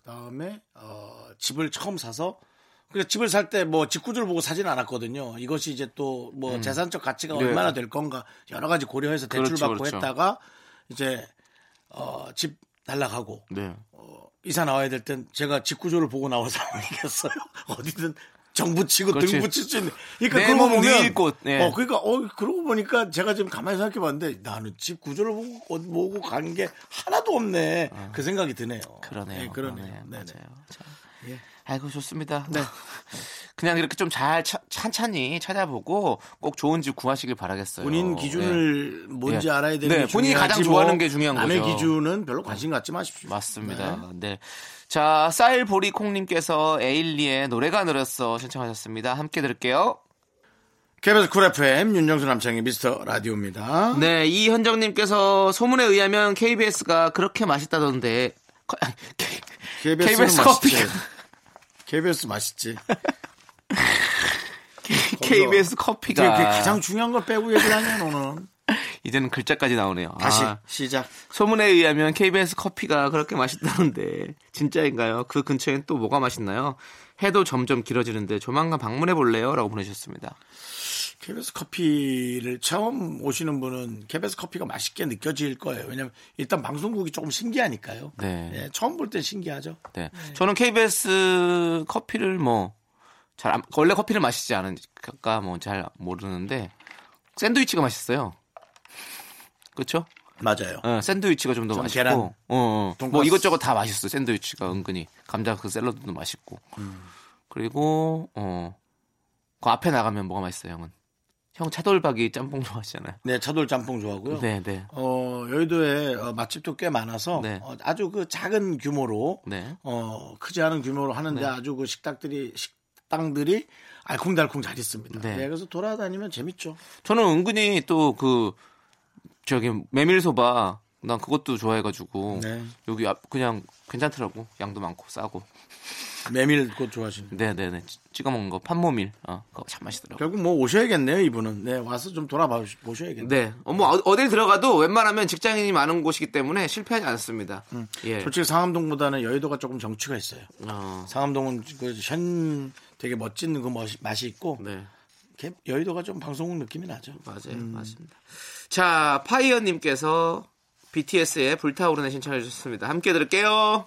Speaker 1: 그다음에 어, 집을 처음 사서 그러니까 집을 살 때 뭐 집구조를 보고 사진 않았거든요. 이것이 이제 또 뭐 재산적 가치가
Speaker 2: 네.
Speaker 1: 얼마나 될 건가 여러 가지 고려해서 대출
Speaker 2: 그렇죠,
Speaker 1: 받고
Speaker 2: 그렇죠.
Speaker 1: 했다가 이제 어, 집 날라가고
Speaker 2: 네.
Speaker 1: 어, 이사 나와야 될 땐 제가 집구조를 보고 나와서 알겠어요. 어디든 정 붙이고 등
Speaker 2: 그렇지.
Speaker 1: 붙일 수 있는. 그러니까
Speaker 2: 내
Speaker 1: 그러고
Speaker 2: 몸
Speaker 1: 보면
Speaker 2: 위일 곳, 예.
Speaker 1: 어 그러니까 어 그러고 보니까 제가 지금 가만히 생각해 봤는데 나는 집 구조를 보고 어디 보고 간 게 하나도 없네. 그 생각이 드네요.
Speaker 2: 어. 그러네요.
Speaker 1: 예, 그러네요.
Speaker 2: 그러네,
Speaker 1: 네네.
Speaker 2: 네. 맞아요. 자,
Speaker 1: 예.
Speaker 2: 아이고 좋습니다. 그냥 이렇게 좀 잘 찬찬히 찾아보고 꼭 좋은 집 구하시길 바라겠어요.
Speaker 1: 본인 기준을 뭔지
Speaker 2: 예.
Speaker 1: 알아야 되는
Speaker 2: 네,
Speaker 1: 게
Speaker 2: 본인이 가장
Speaker 1: 중요하지
Speaker 2: 좋아하는
Speaker 1: 뭐
Speaker 2: 게 중요한
Speaker 1: 남의
Speaker 2: 거죠.
Speaker 1: 기준은 별로 관심 갖지 마십시오.
Speaker 2: 네, 맞습니다. 네. 자, 쌀보리콩님께서 에일리의 노래가 늘었어 신청하셨습니다. 함께 들을게요.
Speaker 1: KBS 쿨 FM 윤정수 남창희 미스터 라디오입니다.
Speaker 2: 네, 이현정님께서 소문에 의하면 KBS가 그렇게 맛있다던데. 커-
Speaker 1: KBS는
Speaker 2: KBS
Speaker 1: 맛있지.
Speaker 2: 커피가-
Speaker 1: KBS 맛있지.
Speaker 2: KBS
Speaker 1: 이게
Speaker 2: 그 커피가
Speaker 1: 가장 중요한 걸 빼고 얘기를 하냐 오늘.
Speaker 2: 이제는 글자까지 나오네요.
Speaker 1: 다시
Speaker 2: 아,
Speaker 1: 시작.
Speaker 2: 소문에 의하면 KBS 커피가 그렇게 맛있다는데 진짜인가요? 그 근처엔 또 뭐가 맛있나요? 해도 점점 길어지는데 조만간 방문해 볼래요?라고 보내셨습니다.
Speaker 1: KBS 커피를 처음 오시는 분은 KBS 커피가 맛있게 느껴질 거예요. 왜냐면 일단 방송국이 조금 신기하니까요.
Speaker 2: 네.
Speaker 1: 예, 처음 볼 땐 신기하죠.
Speaker 2: 네. 저는 KBS 커피를 뭐 잘 원래 커피를 마시지 않으니까 뭐 잘 모르는데 샌드위치가 맛있어요. 그렇죠?
Speaker 1: 맞아요.
Speaker 2: 어, 샌드위치가 좀 더
Speaker 1: 전
Speaker 2: 맛있고,
Speaker 1: 계란.
Speaker 2: 어, 어. 뭐
Speaker 1: 돈가스.
Speaker 2: 이것저것 다 맛있어. 샌드위치가 은근히 감자 그 샐러드도 맛있고. 그리고 어, 그 앞에 나가면 뭐가 맛있어요, 형은? 형 차돌박이 짬뽕 좋아하시잖아요.
Speaker 1: 네, 차돌 짬뽕 좋아하고요.
Speaker 2: 네, 네,
Speaker 1: 어, 여의도에 어, 맛집도 꽤 많아서
Speaker 2: 네.
Speaker 1: 어, 아주 그 작은 규모로
Speaker 2: 네.
Speaker 1: 어, 크지 않은 규모로 하는데 아주 그 식당들이 식당들이 알콩달콩 잘 있습니다.
Speaker 2: 네.
Speaker 1: 네, 그래서 돌아다니면 재밌죠.
Speaker 2: 저는 은근히 또 그 저기 메밀소바 난 그것도 좋아해가지고
Speaker 1: 네.
Speaker 2: 여기 앞- 그냥 괜찮더라고. 양도 많고 싸고.
Speaker 1: 메밀 꽃 좋아하시는.
Speaker 2: 네, 네, 네. 찌- 찍어 먹는 거 판모밀. 어, 그거 참 맛있더라고.
Speaker 1: 결국 뭐 오셔야겠네요, 이분은. 네, 와서 좀 돌아봐 보셔야겠네요.
Speaker 2: 네. 어, 뭐 어- 어딜 들어가도 웬만하면 직장인이 많은 곳이기 때문에 실패하지 않습니다. 예.
Speaker 1: 음. 솔직히 상암동보다는 여의도가 조금 정취가 있어요.
Speaker 2: 어,
Speaker 1: 상암동은 그현 되게 멋진 그 멋이, 맛이 있고
Speaker 2: 네.
Speaker 1: 이렇게 여의도가 좀 방송국 느낌이 나죠.
Speaker 2: 맞아요.
Speaker 1: 음.
Speaker 2: 맞습니다. 자, 파이어 님께서 BTS의 불타오르네 신청해 주셨습니다. 함께 들을게요.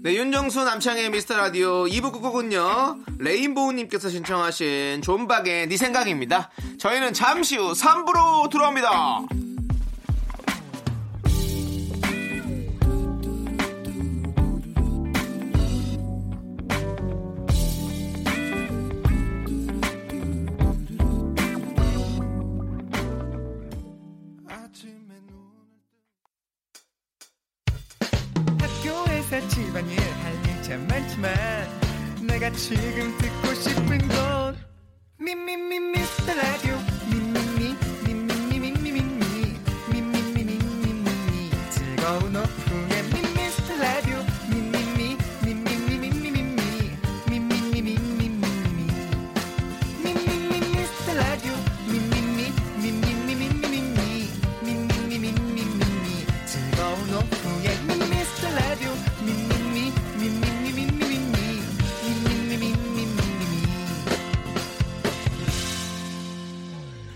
Speaker 2: 네, 윤정수 남창의 미스터 라디오 2부 끝곡은요, 레인보우님께서 신청하신 존박의 니 생각입니다. 저희는 잠시 후 3부로 들어옵니다.
Speaker 4: 학교에서 집안일 할 일 참 많지만 내가 지금 듣고 싶은 건 미미미 미스터 라디오 미미미 미미미 미미미 미미미 미미미 미미미 즐거운 오후에 미스터 라디오 미미미 미미미 미미미 미미미 미미미 미미미
Speaker 5: 음.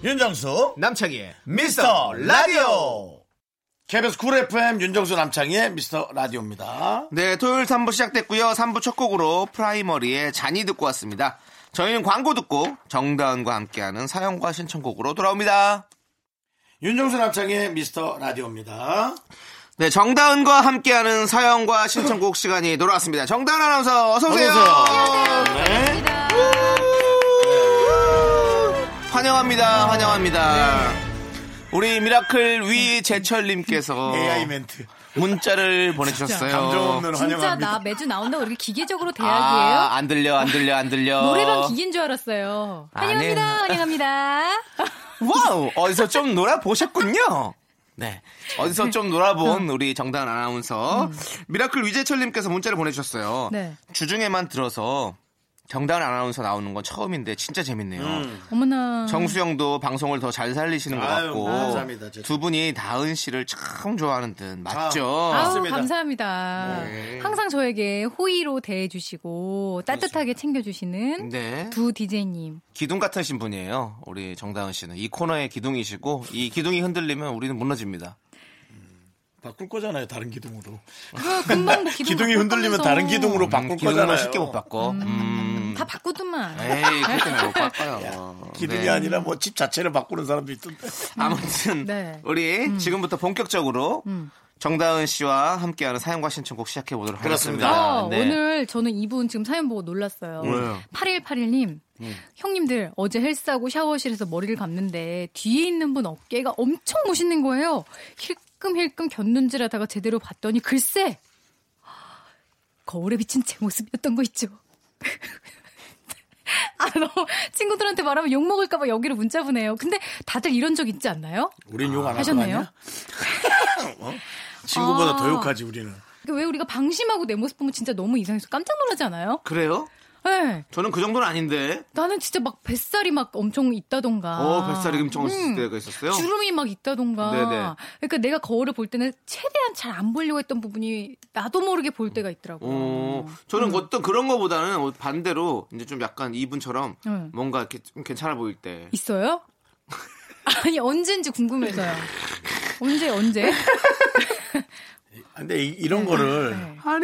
Speaker 1: 윤정수
Speaker 2: 남창희의
Speaker 1: 미스터 라디오 KBS 쿨 FM 윤정수 남창희의 미스터 라디오입니다
Speaker 2: 네, 토요일 3부 시작됐고요. 3부 첫 곡으로 프라이머리의 잔이 듣고 왔습니다. 저희는 광고 듣고 정다은과 함께하는 사연과 신청곡으로 돌아옵니다.
Speaker 1: 윤정수 남창희의 미스터 라디오입니다
Speaker 2: 네, 정다은과 함께하는 사연과 신청곡 시간이 돌아왔습니다. 정다은 아나운서 어서 오세요.
Speaker 1: 네.
Speaker 2: 환영합니다. 환영합니다. 우리 미라클 위재철님께서
Speaker 1: AI 멘트
Speaker 2: 문자를 보내주셨어요.
Speaker 1: 감정 없는
Speaker 5: 진짜
Speaker 1: 환영합니다
Speaker 5: 나 매주 나온다고 이렇게 기계적으로 대학이에요?
Speaker 2: 아, 안 들려, 안 들려, 안
Speaker 1: 어.
Speaker 2: 들려.
Speaker 5: 노래방 기계인 줄 알았어요.
Speaker 2: 안
Speaker 5: 환영합니다,
Speaker 2: 해요.
Speaker 5: 환영합니다.
Speaker 2: 와우! 어디서 좀 놀아보셨군요. 네. 어디서 좀 놀아본 우리 정다은 아나운서. 미라클 위재철님께서 문자를 보내주셨어요.
Speaker 5: 네.
Speaker 2: 주중에만 들어서 정다은 아나운서 나오는 건 처음인데 진짜 재밌네요.
Speaker 5: 어머나.
Speaker 2: 정수영도 방송을 더 잘 살리시는 것
Speaker 1: 아유,
Speaker 2: 같고
Speaker 1: 감사합니다. 진짜.
Speaker 2: 두 분이 다은 씨를 참 좋아하는 듯 맞죠?
Speaker 5: 아우,
Speaker 1: 맞습니다.
Speaker 5: 감사합니다.
Speaker 2: 네.
Speaker 5: 항상 저에게 호의로 대해주시고 따뜻하게 챙겨주시는
Speaker 1: 음.
Speaker 2: 네.
Speaker 5: 두 DJ님.
Speaker 2: 기둥 같은 신분이에요. 우리 정다은 씨는 이 코너의 기둥이시고 이 기둥이 흔들리면 우리는 무너집니다.
Speaker 1: 바꿀 거잖아요. 다른 기둥으로.
Speaker 5: 그거 금방 뭐 기둥
Speaker 1: 기둥이 흔들리면
Speaker 5: 바꾸면서
Speaker 1: 다른 기둥으로 바꿀 거잖아요.
Speaker 2: 음, 기둥만 쉽게 못 바꿔. 음.
Speaker 5: 다 바꾸더만.
Speaker 1: 네.
Speaker 2: 에이, 그렇게 못 바꿔요.
Speaker 1: 기둥이
Speaker 2: 네.
Speaker 1: 아니라 뭐 집 자체를 바꾸는 사람도 있던데.
Speaker 2: 아무튼
Speaker 5: 네. 음.
Speaker 2: 우리 지금부터 본격적으로 정다은 씨와 함께하는 사연과 신청곡 시작해 보도록
Speaker 1: 그렇습니다.
Speaker 2: 하겠습니다.
Speaker 5: 어,
Speaker 2: 네.
Speaker 5: 오늘 저는 이분 지금 사연 보고 놀랐어요.
Speaker 2: 왜요? 음.
Speaker 5: 8181님. 형님들 어제 헬스하고 샤워실에서 머리를 감는데 뒤에 있는 분 어깨가 엄청 멋있는 거예요. 힐끔힐끔 견눈질하다가 제대로 봤더니 글쎄 거울에 비친 제 모습이었던 거 있죠. 아 너무 친구들한테 말하면 욕 먹을까봐 여기로 문자 보내요. 근데 다들 이런 적 있지 않나요?
Speaker 1: 우린 욕 안 하는 거
Speaker 5: 하셨네요?
Speaker 1: 아니야? 어? 친구보다
Speaker 5: 아.
Speaker 1: 더 욕하지 우리는.
Speaker 5: 그왜 우리가 방심하고 내 모습 보면 진짜 너무 이상해서 깜짝 놀라지 않아요?
Speaker 2: 그래요?
Speaker 5: 네.
Speaker 2: 저는 그 정도는 아닌데.
Speaker 5: 나는 진짜 막 뱃살이 막 엄청 있다던가. 음,
Speaker 2: 어, 뱃살이 엄청 있을 때가 있었어요.
Speaker 5: 아, 주름이 막 있다던가.
Speaker 2: 네네.
Speaker 5: 그러니까 내가 거울을 볼 때는 최대한 잘 안 보려고 했던 부분이 나도 모르게 볼 때가 있더라고.
Speaker 2: 어, 저는
Speaker 5: 음.
Speaker 2: 어떤 그런 거보다는 반대로 이제 좀 약간 이분처럼
Speaker 5: 응.
Speaker 2: 뭔가 이렇게 좀 괜찮아 보일 때.
Speaker 5: 음. 있어요? 아니 언제인지 궁금해서요. 언제 언제?
Speaker 1: 아, 근데 이, 런 거를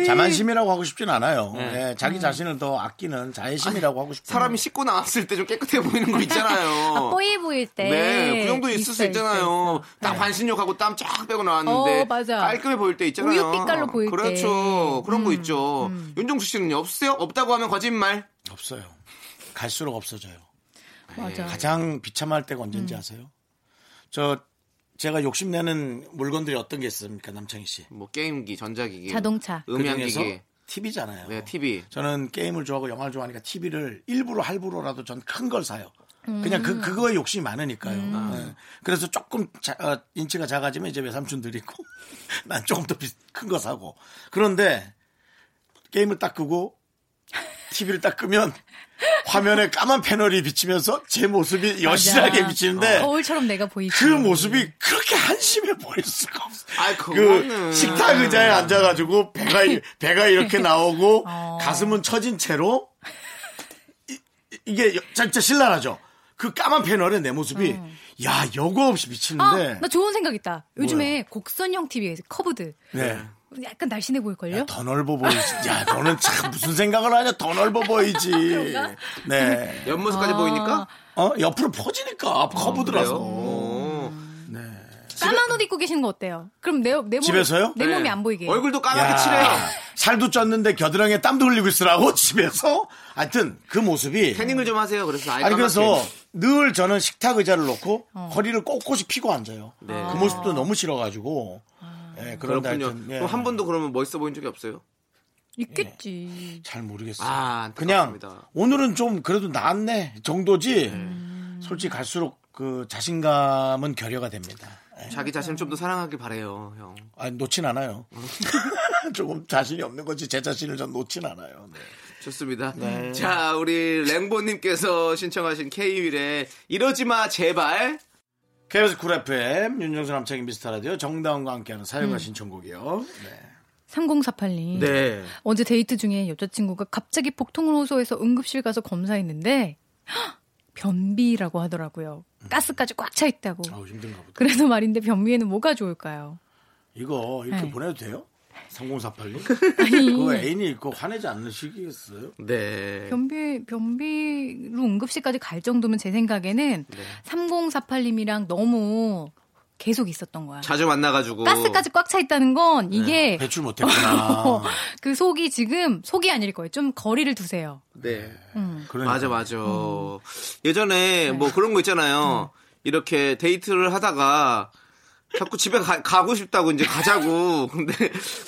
Speaker 1: 자만심이라고 하고 싶진 않아요. 예, 자기 자신을 더 아끼는 자애심이라고 하고 싶어요.
Speaker 2: 네. 사람이 씻고 나왔을 때 좀 깨끗해 보이는 거 있잖아요.
Speaker 5: 아, 뽀얘 보일 때.
Speaker 2: 어. 네, 그 정도 있을
Speaker 5: 있어,
Speaker 2: 수
Speaker 5: 있어,
Speaker 2: 있잖아요.
Speaker 5: 있어.
Speaker 2: 딱
Speaker 5: 네.
Speaker 2: 반신욕하고 땀 쫙 빼고 나왔는데
Speaker 5: 어, 맞아.
Speaker 2: 깔끔해 보일 때 있잖아요.
Speaker 5: 우유 빛깔로 보일 때. 음,
Speaker 2: 그렇죠. 그런 거 있죠. 윤종수 씨는요 없어요? 없다고 하면 거짓말.
Speaker 1: 없어요. 갈수록 없어져요.
Speaker 2: 네.
Speaker 5: 맞아.
Speaker 1: 가장 비참할 때가 언제인지 아세요? 저 제가 욕심내는 물건들이 어떤 게 있습니까, 남창희 씨?
Speaker 2: 뭐 게임기, 전자기기,
Speaker 5: 자동차.
Speaker 1: 그중에서
Speaker 2: 음향기기,
Speaker 1: TV잖아요.
Speaker 2: 네, TV.
Speaker 1: 저는 게임을 좋아하고 영화를 좋아하니까 TV를 일부러 할부로라도 전 큰 걸 사요.
Speaker 5: 음.
Speaker 1: 그냥 그 그거에 욕심이 많으니까요. 네. 그래서 조금 자- 어, 인치가 작아지면 이제 외삼촌들이 있고 난 조금 더 큰 거 사고 그런데 게임을 딱 끄고 TV를 딱 끄면 화면에 까만 패널이 비치면서 제 모습이 여실하게
Speaker 5: 맞아. 어.
Speaker 1: 비치는데
Speaker 5: 거울처럼 내가 보이지.
Speaker 1: 그 모습이 그렇게 한심해 보일 수가 없어.
Speaker 2: 아이,
Speaker 1: 그
Speaker 2: 그거는. 음.
Speaker 1: 식탁 의자에 앉아가지고 배가 이- 배가 이렇게 나오고
Speaker 5: 어.
Speaker 1: 가슴은 처진 채로 이, 게 진짜 신랄하죠. 그 까만 패널에 내 모습이
Speaker 2: 음.
Speaker 1: 야 여과 없이
Speaker 5: 아,
Speaker 1: 비치는데
Speaker 5: 나 좋은 생각 있다. 요즘에 곡선형 TV에 커브드.
Speaker 1: 네.
Speaker 5: 약간 날씬해 보일걸요?
Speaker 1: 더 넓어 보이지. 야, 너는 참 무슨 생각을 하냐. 더 넓어 보이지. 네.
Speaker 2: 옆모습까지
Speaker 5: 아.
Speaker 2: 보이니까.
Speaker 1: 어, 옆으로 퍼지니까 커브드라서.
Speaker 2: 아, 그래요? 오.
Speaker 5: 음. 까만 옷 입고 계시는 거 어때요? 그럼 내, 내 몸,
Speaker 1: 집에서요?
Speaker 5: 내
Speaker 2: 네.
Speaker 5: 몸이 안 보이게.
Speaker 2: 얼굴도
Speaker 1: 야,
Speaker 2: 까맣게 칠해요.
Speaker 1: 살도 쪘는데 겨드랑이에 땀도 흘리고 있으라고 집에서. 하여튼 그 모습이
Speaker 2: 태닝을 좀 하세요. 그래서 아이 어.
Speaker 1: 아니
Speaker 2: 까맣게.
Speaker 1: 그래서 늘 저는 식탁 의자를 놓고 허리를 꼿꼿이 피고 앉아요. 그 모습도 너무 싫어가지고. 예, 그런데
Speaker 2: 네. 그렇군요.
Speaker 1: 하여튼, 예,
Speaker 2: 그럼 한 번도 그러면 멋있어 보인 적이 없어요? 네.
Speaker 5: 있겠지.
Speaker 1: 잘 모르겠어요.
Speaker 2: 아,
Speaker 1: 그냥
Speaker 2: 안타깝습니다.
Speaker 1: 오늘은 좀 그래도 낫네 정도지. 음. 솔직히 갈수록 그 자신감은 결여가 됩니다. 예.
Speaker 2: 자기 자신을 좀 더 사랑하길 바래요, 형.
Speaker 1: 아, 놓진 않아요. 조금 자신이 없는 거지 제 자신을 전 놓진 않아요. 네.
Speaker 2: 좋습니다. 자, 우리 랭보님께서 신청하신 K-윌의 이러지 마, 제발.
Speaker 1: KBS 쿨 FM 윤정수 남창인 미스터라디오 정다운과 함께하는 사연과
Speaker 5: 음.
Speaker 1: 신청곡이요. 네.
Speaker 5: 3048님.
Speaker 2: 네.
Speaker 5: 어제 데이트 중에 여자친구가 갑자기 복통을 호소해서 응급실 가서 검사했는데 헉! 변비라고 하더라고요.
Speaker 1: 음.
Speaker 5: 가스까지 꽉 차 있다고.
Speaker 1: 아우 힘든가 보다.
Speaker 5: 그래서 말인데 변비에는 뭐가 좋을까요?
Speaker 1: 이거 이렇게
Speaker 5: 네. 음.
Speaker 1: 보내도 돼요? 3048님? 그거
Speaker 5: 아니
Speaker 1: 애인이 있고 화내지 않으시겠어요?
Speaker 2: 네.
Speaker 5: 변비 변비로 응급실까지 갈 정도면 제 생각에는
Speaker 1: 네.
Speaker 5: 3048님이랑 너무 계속 있었던 거야.
Speaker 2: 자주 만나가지고.
Speaker 5: 가스까지 꽉 차 있다는 건 이게
Speaker 1: 배출 못했구나.
Speaker 5: 그 속이 지금 속이 아닐 거예요. 좀 거리를 두세요.
Speaker 2: 네.
Speaker 1: 그러니까.
Speaker 2: 맞아, 맞아. 음. 예전에 뭐 그런 거 있잖아요. 이렇게 데이트를 하다가 자꾸 집에 가, 고 싶다고 이제 가자고. 근데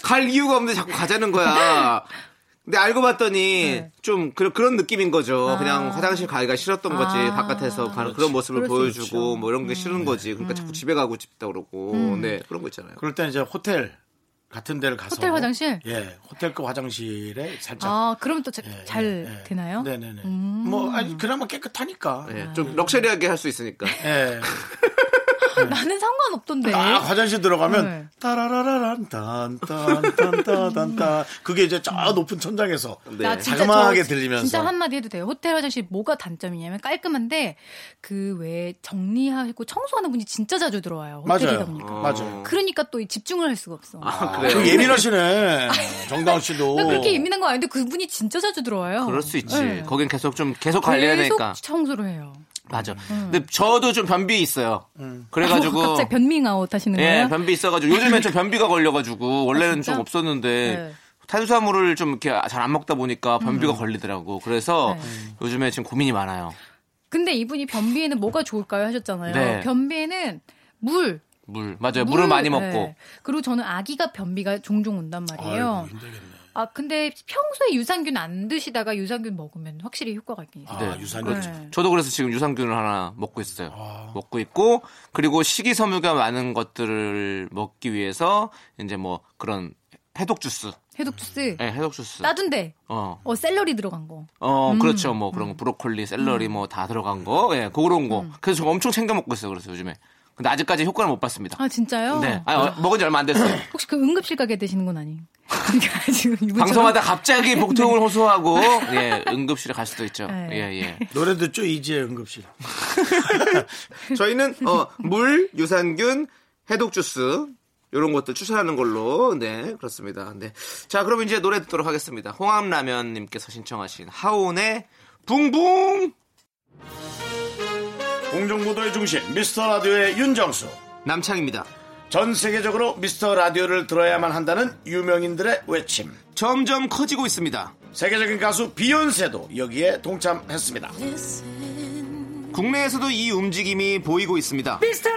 Speaker 2: 갈 이유가 없는데 자꾸 가자는 거야. 근데 알고 봤더니 좀 그, 런 느낌인 거죠. 그냥 화장실 가기가 싫었던 거지.
Speaker 5: 아.
Speaker 2: 바깥에서 가는 그런 모습을
Speaker 5: 그럴 수
Speaker 2: 보여주고
Speaker 5: 있죠.
Speaker 2: 음. 뭐 이런 게 싫은 거지. 그러니까 자꾸 집에 가고 싶다 그러고. 네. 그런 거 있잖아요.
Speaker 1: 그럴 땐 이제 호텔 같은 데를 가서
Speaker 5: 호텔 화장실?
Speaker 1: 예, 호텔 그 화장실에 살짝
Speaker 5: 아, 그럼 또 자-
Speaker 1: 예,
Speaker 5: 잘
Speaker 1: 예, 예.
Speaker 5: 되나요? 음.
Speaker 1: 네네네. 뭐 아니 그나마 깨끗하니까. 예.
Speaker 2: 예, 좀 럭셔리하게 할 수 있으니까.
Speaker 5: 나는 상관없던데.
Speaker 1: 아 화장실 들어가면
Speaker 5: 네.
Speaker 1: 따라라라란 딴딴딴딴딴 그게 이제 저 높은 천장에서
Speaker 5: 음. 나
Speaker 2: 네.
Speaker 5: 진짜
Speaker 1: 자그마하게
Speaker 5: 저
Speaker 1: 들리면서.
Speaker 5: 진짜 한마디 해도 돼요. 호텔 화장실 뭐가 단점이냐면 깔끔한데 그 외에 정리하고 청소하는 분이 진짜 자주 들어와요. 호텔이다
Speaker 1: 맞아요.
Speaker 5: 보니까.
Speaker 1: 맞아요.
Speaker 5: 그러니까 또 이 집중을 할 수가 없어.
Speaker 2: 아,
Speaker 1: 그
Speaker 2: 그래요.
Speaker 1: 예민하시네. 정다운 씨도.
Speaker 5: 나 그렇게 예민한 거 아닌데 그분이 진짜 자주 들어와요.
Speaker 2: 그럴 수 있지.
Speaker 5: 네.
Speaker 2: 거긴 계속 좀 계속 관리해야
Speaker 5: 계속
Speaker 2: 되니까.
Speaker 5: 청소를 해요.
Speaker 2: 맞아. 근데 저도 좀 변비 있어요. 그래가지고
Speaker 5: 어, 갑자기 변밍 음. 아웃 하시는
Speaker 2: 예,
Speaker 5: 거예요? 아,
Speaker 2: 변비 있어가지고 요즘에 좀 변비가 걸려가지고 원래는
Speaker 5: 진짜?
Speaker 2: 좀 없었는데
Speaker 5: 네. 음.
Speaker 2: 탄수화물을 좀 이렇게 잘 안 먹다 보니까 변비가 걸리더라고. 그래서
Speaker 5: 네.
Speaker 2: 요즘에 지금 고민이 많아요.
Speaker 5: 근데 이분이 변비에는 뭐가 좋을까요 하셨잖아요.
Speaker 2: 네.
Speaker 5: 변비에는 물.
Speaker 2: 물 맞아요. 물을 많이 먹고
Speaker 5: 네. 그리고 저는 아기가 변비가 종종 온단 말이에요.
Speaker 1: 아이고, 힘들겠네.
Speaker 5: 아 근데 평소에 유산균 안 드시다가 유산균 먹으면 확실히 효과가 있긴 있어요.
Speaker 1: 아,
Speaker 2: 네.
Speaker 1: 유산균. 아.
Speaker 5: 네.
Speaker 2: 저도 그래서 지금 유산균을 하나 먹고 있어요. 먹고 있고 그리고 식이섬유가 많은 것들을 먹기 위해서 이제 뭐 그런 해독 주스,
Speaker 5: 해독 주스
Speaker 2: 예, 해독 주스.
Speaker 5: 따둔데
Speaker 2: 어,
Speaker 5: 어 샐러리 들어간 거.
Speaker 2: 어, 그렇죠. 뭐
Speaker 5: 음.
Speaker 2: 그런 거 브로콜리, 샐러리 뭐 다 들어간 거, 예, 그런 거. 그래서 제가 엄청 챙겨 먹고 있어요. 그래서 요즘에. 근데 아직까지 효과를 못 봤습니다.
Speaker 5: 아 진짜요?
Speaker 2: 네, 아니, 어, 먹은 지 얼마 안 됐어요.
Speaker 5: 혹시 그 응급실 가게 되시는 건 아니에요? 그러니까 지금 이분처럼-
Speaker 2: 방송하다 갑자기 복통을 호소하고 예, 응급실에 갈 수도 있죠.
Speaker 5: 네.
Speaker 2: 예, 예.
Speaker 1: 노래 듣죠? 이지의 응급실.
Speaker 2: 저희는 어, 물, 유산균, 해독 주스 이런 것들 추천하는 걸로 네 그렇습니다. 네. 자 그럼 이제 노래 듣도록 하겠습니다. 홍합라면님께서 신청하신 하온의 붕붕
Speaker 1: 공정무도의 중심 미스터 라디오의 윤정수.
Speaker 2: 남창입니다.
Speaker 1: 전 세계적으로 미스터 라디오를 들어야만 한다는 유명인들의 외침.
Speaker 2: 점점 커지고 있습니다.
Speaker 1: 세계적인 가수 비욘세도 여기에 동참했습니다.
Speaker 2: 국내에서도 이 움직임이 보이고 있습니다.
Speaker 6: 미스터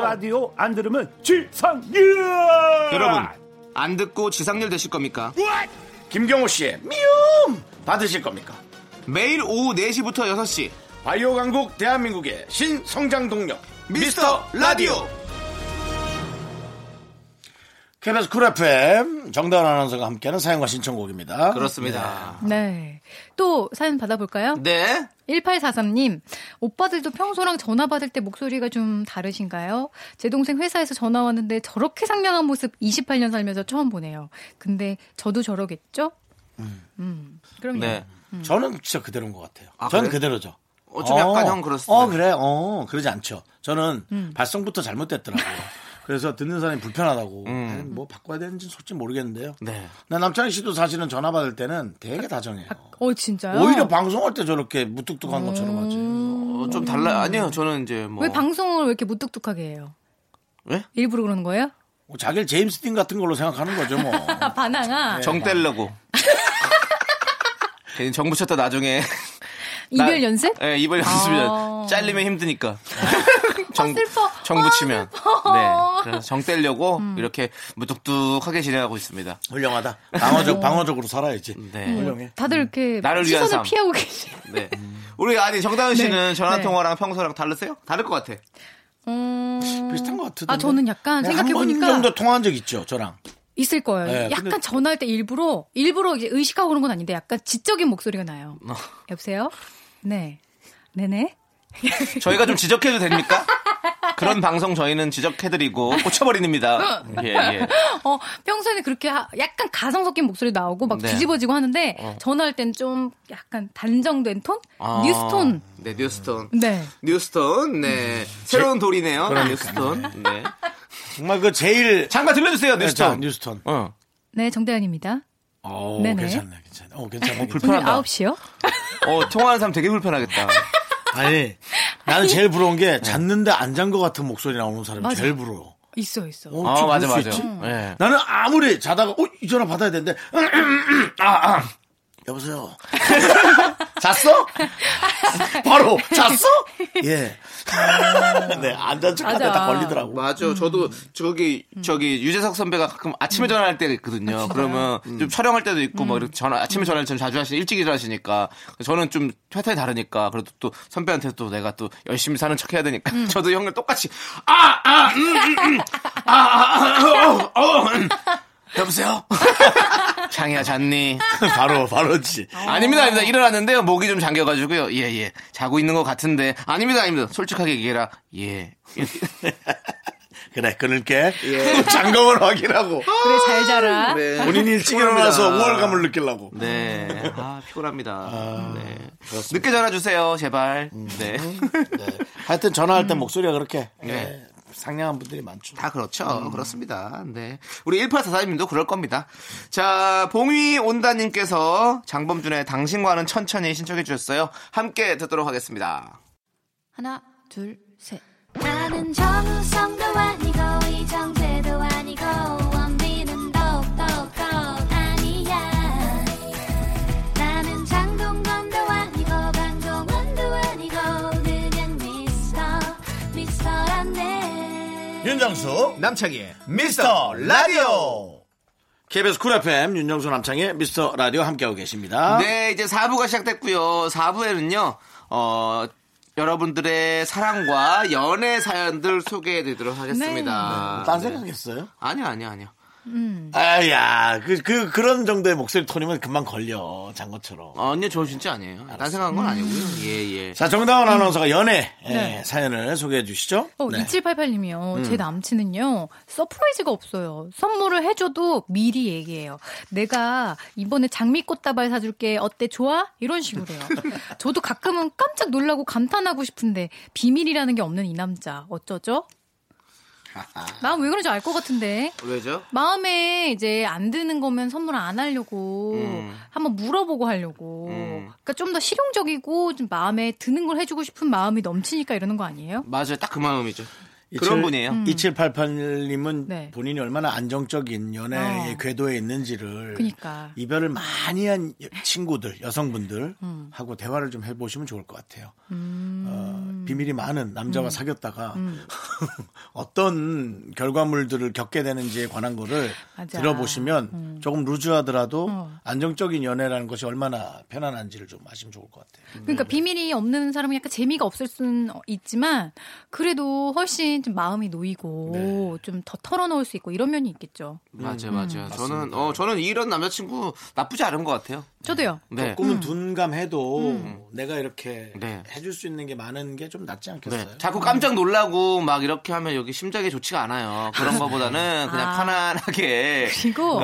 Speaker 6: 라디오 안 들으면 지상렬
Speaker 2: 여러분 안 듣고 지상렬 되실 겁니까?
Speaker 1: 김경호 씨의 미움 받으실 겁니까?
Speaker 2: 매일 오후 4시부터 6시
Speaker 1: 바이오 강국 대한민국의 신성장 동력
Speaker 2: 미스터 라디오
Speaker 1: KBS 쿨 FM 정다운 아나운서가 함께하는 사연과 신청곡입니다.
Speaker 2: 그렇습니다.
Speaker 5: 네. 또 사연 받아볼까요?
Speaker 2: 네.
Speaker 5: 1843님, 오빠들도 평소랑 전화 받을 때 목소리가 좀 다르신가요? 제 동생 회사에서 전화 왔는데 저렇게 상냥한 모습 28년 살면서 처음 보네요. 근데 저도 저러겠죠? 음. 그럼요.
Speaker 2: 네.
Speaker 1: 네. 저는 진짜 그대로인 것 같아요.
Speaker 2: 아,
Speaker 1: 저는
Speaker 2: 그래요?
Speaker 1: 그대로죠.
Speaker 2: 어, 좀 약간 형 그렇습니다.
Speaker 1: 어, 그래. 어, 그러지 않죠. 저는 발성부터 잘못됐더라고요. 그래서 듣는 사람이 불편하다고.
Speaker 2: 음.
Speaker 1: 아니, 뭐 바꿔야 되는지 솔직히 모르겠는데요.
Speaker 2: 네.
Speaker 1: 나 남창희 씨도 사실은 전화 받을 때는 되게 다정해요.
Speaker 5: 어, 진짜요?
Speaker 1: 오히려 방송할 때 저렇게 무뚝뚝한 것처럼 하지.
Speaker 2: 어, 좀 달라. 아니요, 저는 이제 뭐.
Speaker 5: 왜 방송을 왜 이렇게 무뚝뚝하게 해요?
Speaker 2: 왜?
Speaker 5: 일부러 그러는 거예요?
Speaker 1: 뭐 자기를 제임스 딘 같은 걸로 생각하는 거죠, 뭐.
Speaker 5: 아, 반항아.
Speaker 2: 정 떼려고. 괜히 정 붙였다 나중에. 나-
Speaker 5: 이별 연습?
Speaker 2: 예, 이별 연습이죠.
Speaker 5: 아.
Speaker 2: 잘리면 힘드니까.
Speaker 5: 아, 슬퍼.
Speaker 2: 정
Speaker 5: 아,
Speaker 2: 붙이면.
Speaker 5: 슬퍼. 음.
Speaker 2: 네. 그래서 정 떼려고 이렇게 무뚝뚝하게 진행하고 있습니다.
Speaker 1: 훌륭하다. 방어적, 방어적으로 살아야지.
Speaker 2: 네.
Speaker 1: 훌륭해.
Speaker 5: 다들 이렇게
Speaker 2: 나를 위한
Speaker 5: 시선을
Speaker 2: 삶.
Speaker 5: 피하고 계시.
Speaker 2: 네. 우리 아니 정다은 씨는
Speaker 5: 음. 네.
Speaker 2: 전화
Speaker 5: 네.
Speaker 2: 통화랑 평소랑 다르세요? 다를 것 같아.
Speaker 5: 음...
Speaker 1: 비슷한 것 같은데. 네,
Speaker 5: 아, 저는 약간 생각해 보니까
Speaker 1: 한번 정도 통화한 적 있죠, 저랑.
Speaker 5: 있을 거예요.
Speaker 1: 네,
Speaker 5: 약간
Speaker 1: 근데-
Speaker 5: 전화할 때 일부러 일부러 이제 의식하고 그런 건 아닌데 약간 지적인 목소리가 나요.
Speaker 2: 어.
Speaker 5: 여보세요? 네. 네네.
Speaker 2: 저희가 좀 지적해도 됩니까? 그런 방송 저희는 지적해드리고 꽂혀버립니다. 예, 예.
Speaker 5: 어, 평소에는 그렇게 하- 약간 가성 섞인 목소리 나오고 막
Speaker 2: 네.
Speaker 5: 뒤집어지고 하는데 전화할 땐 좀 약간 단정된 톤?
Speaker 2: 아,
Speaker 5: 뉴스톤.
Speaker 2: 네, 뉴스톤.
Speaker 5: 네.
Speaker 2: 뉴스톤, 네. 새로운 돌이네요. 뉴스톤. 네.
Speaker 1: 정말 그 제일.
Speaker 2: 잠깐 들려주세요,
Speaker 1: 자,
Speaker 2: 뉴스톤.
Speaker 1: 뉴스턴.
Speaker 2: 어.
Speaker 5: 네, 정대현입니다.
Speaker 1: 어,
Speaker 5: 네네.
Speaker 1: 괜찮네, 괜찮네. 어, 괜찮아.
Speaker 5: 오늘
Speaker 2: 불편하다.
Speaker 5: 9시요?
Speaker 2: 어, 통화하는 사람 되게 불편하겠다.
Speaker 1: 아니, 네. 나는 제일 부러운 게 잤는데 안 잔 것 같은 목소리 나오는 사람이
Speaker 5: 맞아.
Speaker 1: 제일 부러워.
Speaker 5: 있어, 있어.
Speaker 1: 어,
Speaker 2: 아,
Speaker 1: 어쩜
Speaker 2: 맞아,
Speaker 1: 그럴 수
Speaker 2: 맞아.
Speaker 1: 있지?
Speaker 2: 예.
Speaker 1: 음, 나는 아무리 자다가, 어, 이 전화 받아야 되는데, 아, 아. 여보세요. 잤어? 바로 잤어? 예. 네, 안 잔 척하는데
Speaker 5: 맞아.
Speaker 1: 다 걸리더라고.
Speaker 2: 음. 맞아. 요 저도 저기 저기 유재석 선배가 가끔 음. 아침에 전화할 때가 있거든요. 음. 그러면 좀 촬영할 때도 있고 막 이렇게 전화 아침에 전화를 좀 자주 하시 일찍 일하시니까 저는 좀 패턴이 다르니까 그래도 또 선배한테 또 내가 또 열심히 사는 척 해야 되니까 저도 형님 똑같이 아, 음, 아아음음아아어어 여보세요. 장이야 잤니?
Speaker 1: 어, 바로, 바로지.
Speaker 2: 아닙니다, 아닙니다. 일어났는데요. 목이 좀 잠겨가지고요. 예, 예. 자고 있는 것 같은데. 아닙니다, 아닙니다. 솔직하게 얘기해라. 예.
Speaker 1: 그래, 끊을게. 예. 장검을 확인하고.
Speaker 5: 그래 잘 자라.
Speaker 2: 네.
Speaker 1: 본인이 일찍 일어나서 우월감을 느끼려고.
Speaker 2: 네. 아, 피곤합니다. 네. 늦게 전화 주세요, 제발. 네.
Speaker 1: 네. 하여튼 전화할 때 목소리가 그렇게
Speaker 2: 네.
Speaker 1: 예, 상냥한 분들이 많죠.
Speaker 2: 다 그렇죠. 그렇습니다. 네. 우리 1844님도 그럴 겁니다. 자, 봉위 온다님께서 장범준의 당신과는 천천히 신청해 주셨어요. 함께 듣도록 하겠습니다.
Speaker 7: 하나, 둘, 셋.
Speaker 3: 나는 정우성도 아니고 이정재도 아니고 원빈은 더욱더 아니야 나는 장동건도 아니고 강동원도 아니고 그냥 미스터 미스터란데
Speaker 1: 윤정수
Speaker 2: 남창희의
Speaker 1: 미스터 라디오 KBS 쿨 FM 윤정수 남창의 미스터 라디오 함께하고 계십니다.
Speaker 2: 네, 이제 4부가 시작됐고요. 4부에는요, 어, 여러분들의 사랑과 연애 사연들 소개해 드리도록 하겠습니다.
Speaker 1: 네. 아,
Speaker 2: 네.
Speaker 1: 딴 생각했어요?
Speaker 2: 아니요, 아니요, 아니요.
Speaker 1: 아야 그, 그 그런 정도의 목소리 톤이면 금방 걸려 장거처럼.
Speaker 2: 아니요, 저 어, 진짜 아니에요. 딴 생각한 건 아니고요. 예, 예.
Speaker 1: 자 정다운 아나운서가 연애 예, 사연을 소개해 주시죠. 네.
Speaker 5: 어,
Speaker 2: 네.
Speaker 5: 2788님이요.
Speaker 2: 음.
Speaker 5: 제 남친은요, 서프라이즈가 없어요. 선물을 해줘도 미리 얘기해요. 내가 이번에 장미꽃다발 사줄게. 어때, 좋아? 이런 식으로 해요. 저도 가끔은 깜짝 놀라고 감탄하고 싶은데, 비밀이라는 게 없는 이 남자. 어쩌죠? 난 왜 그런지 알 것 같은데.
Speaker 2: 왜죠?
Speaker 5: 마음에 이제 안 드는 거면 선물 안 하려고
Speaker 2: 음.
Speaker 5: 한번 물어보고 하려고.
Speaker 2: 음.
Speaker 5: 그러니까 좀 더 실용적이고 좀 마음에 드는 걸 해주고 싶은 마음이 넘치니까 이러는 거 아니에요?
Speaker 2: 맞아요. 딱 그 마음이죠. 그런 분이에요.
Speaker 1: 음. 2788님은
Speaker 5: 네.
Speaker 1: 본인이 얼마나 안정적인 연애의
Speaker 5: 어.
Speaker 1: 궤도에 있는지를
Speaker 5: 그니까.
Speaker 1: 이별을 많이 한 여-
Speaker 5: 네.
Speaker 1: 친구들, 여성분들
Speaker 5: 음.
Speaker 1: 하고 대화를 좀 해보시면 좋을 것 같아요. 어, 비밀이 많은
Speaker 5: 음.
Speaker 1: 남자와 사귀었다가 어떤 결과물들을 겪게 되는지에 관한 거를
Speaker 5: 맞아. 음.
Speaker 1: 들어보시면 조금 루즈하더라도
Speaker 5: 어.
Speaker 1: 안정적인 연애라는 것이 얼마나 편안한지를 좀 아시면 좋을 것 같아요.
Speaker 5: 그러니까 비밀이 없는 사람은 약간 재미가 없을 수는 있지만 그래도 훨씬 좀 마음이 놓이고 좀 더 털어놓을 수 있고 이런 면이 있겠죠.
Speaker 2: 맞아요, 맞아요. 저는, 어, 저는 이런 남자친구 나쁘지 않은 것 같아요.
Speaker 5: 저도요.
Speaker 2: 네.
Speaker 1: 조금은 그
Speaker 5: 음.
Speaker 1: 둔감해도 내가 이렇게
Speaker 2: 네.
Speaker 1: 해줄 수 있는 게 많은 게 좀 낫지 않겠어요?
Speaker 2: 네. 자꾸 깜짝 놀라고 막 이렇게 하면 여기 심장이 좋지가 않아요. 그런 거보다는 그냥
Speaker 5: 아.
Speaker 2: 편안하게.
Speaker 1: 네.
Speaker 5: 그리고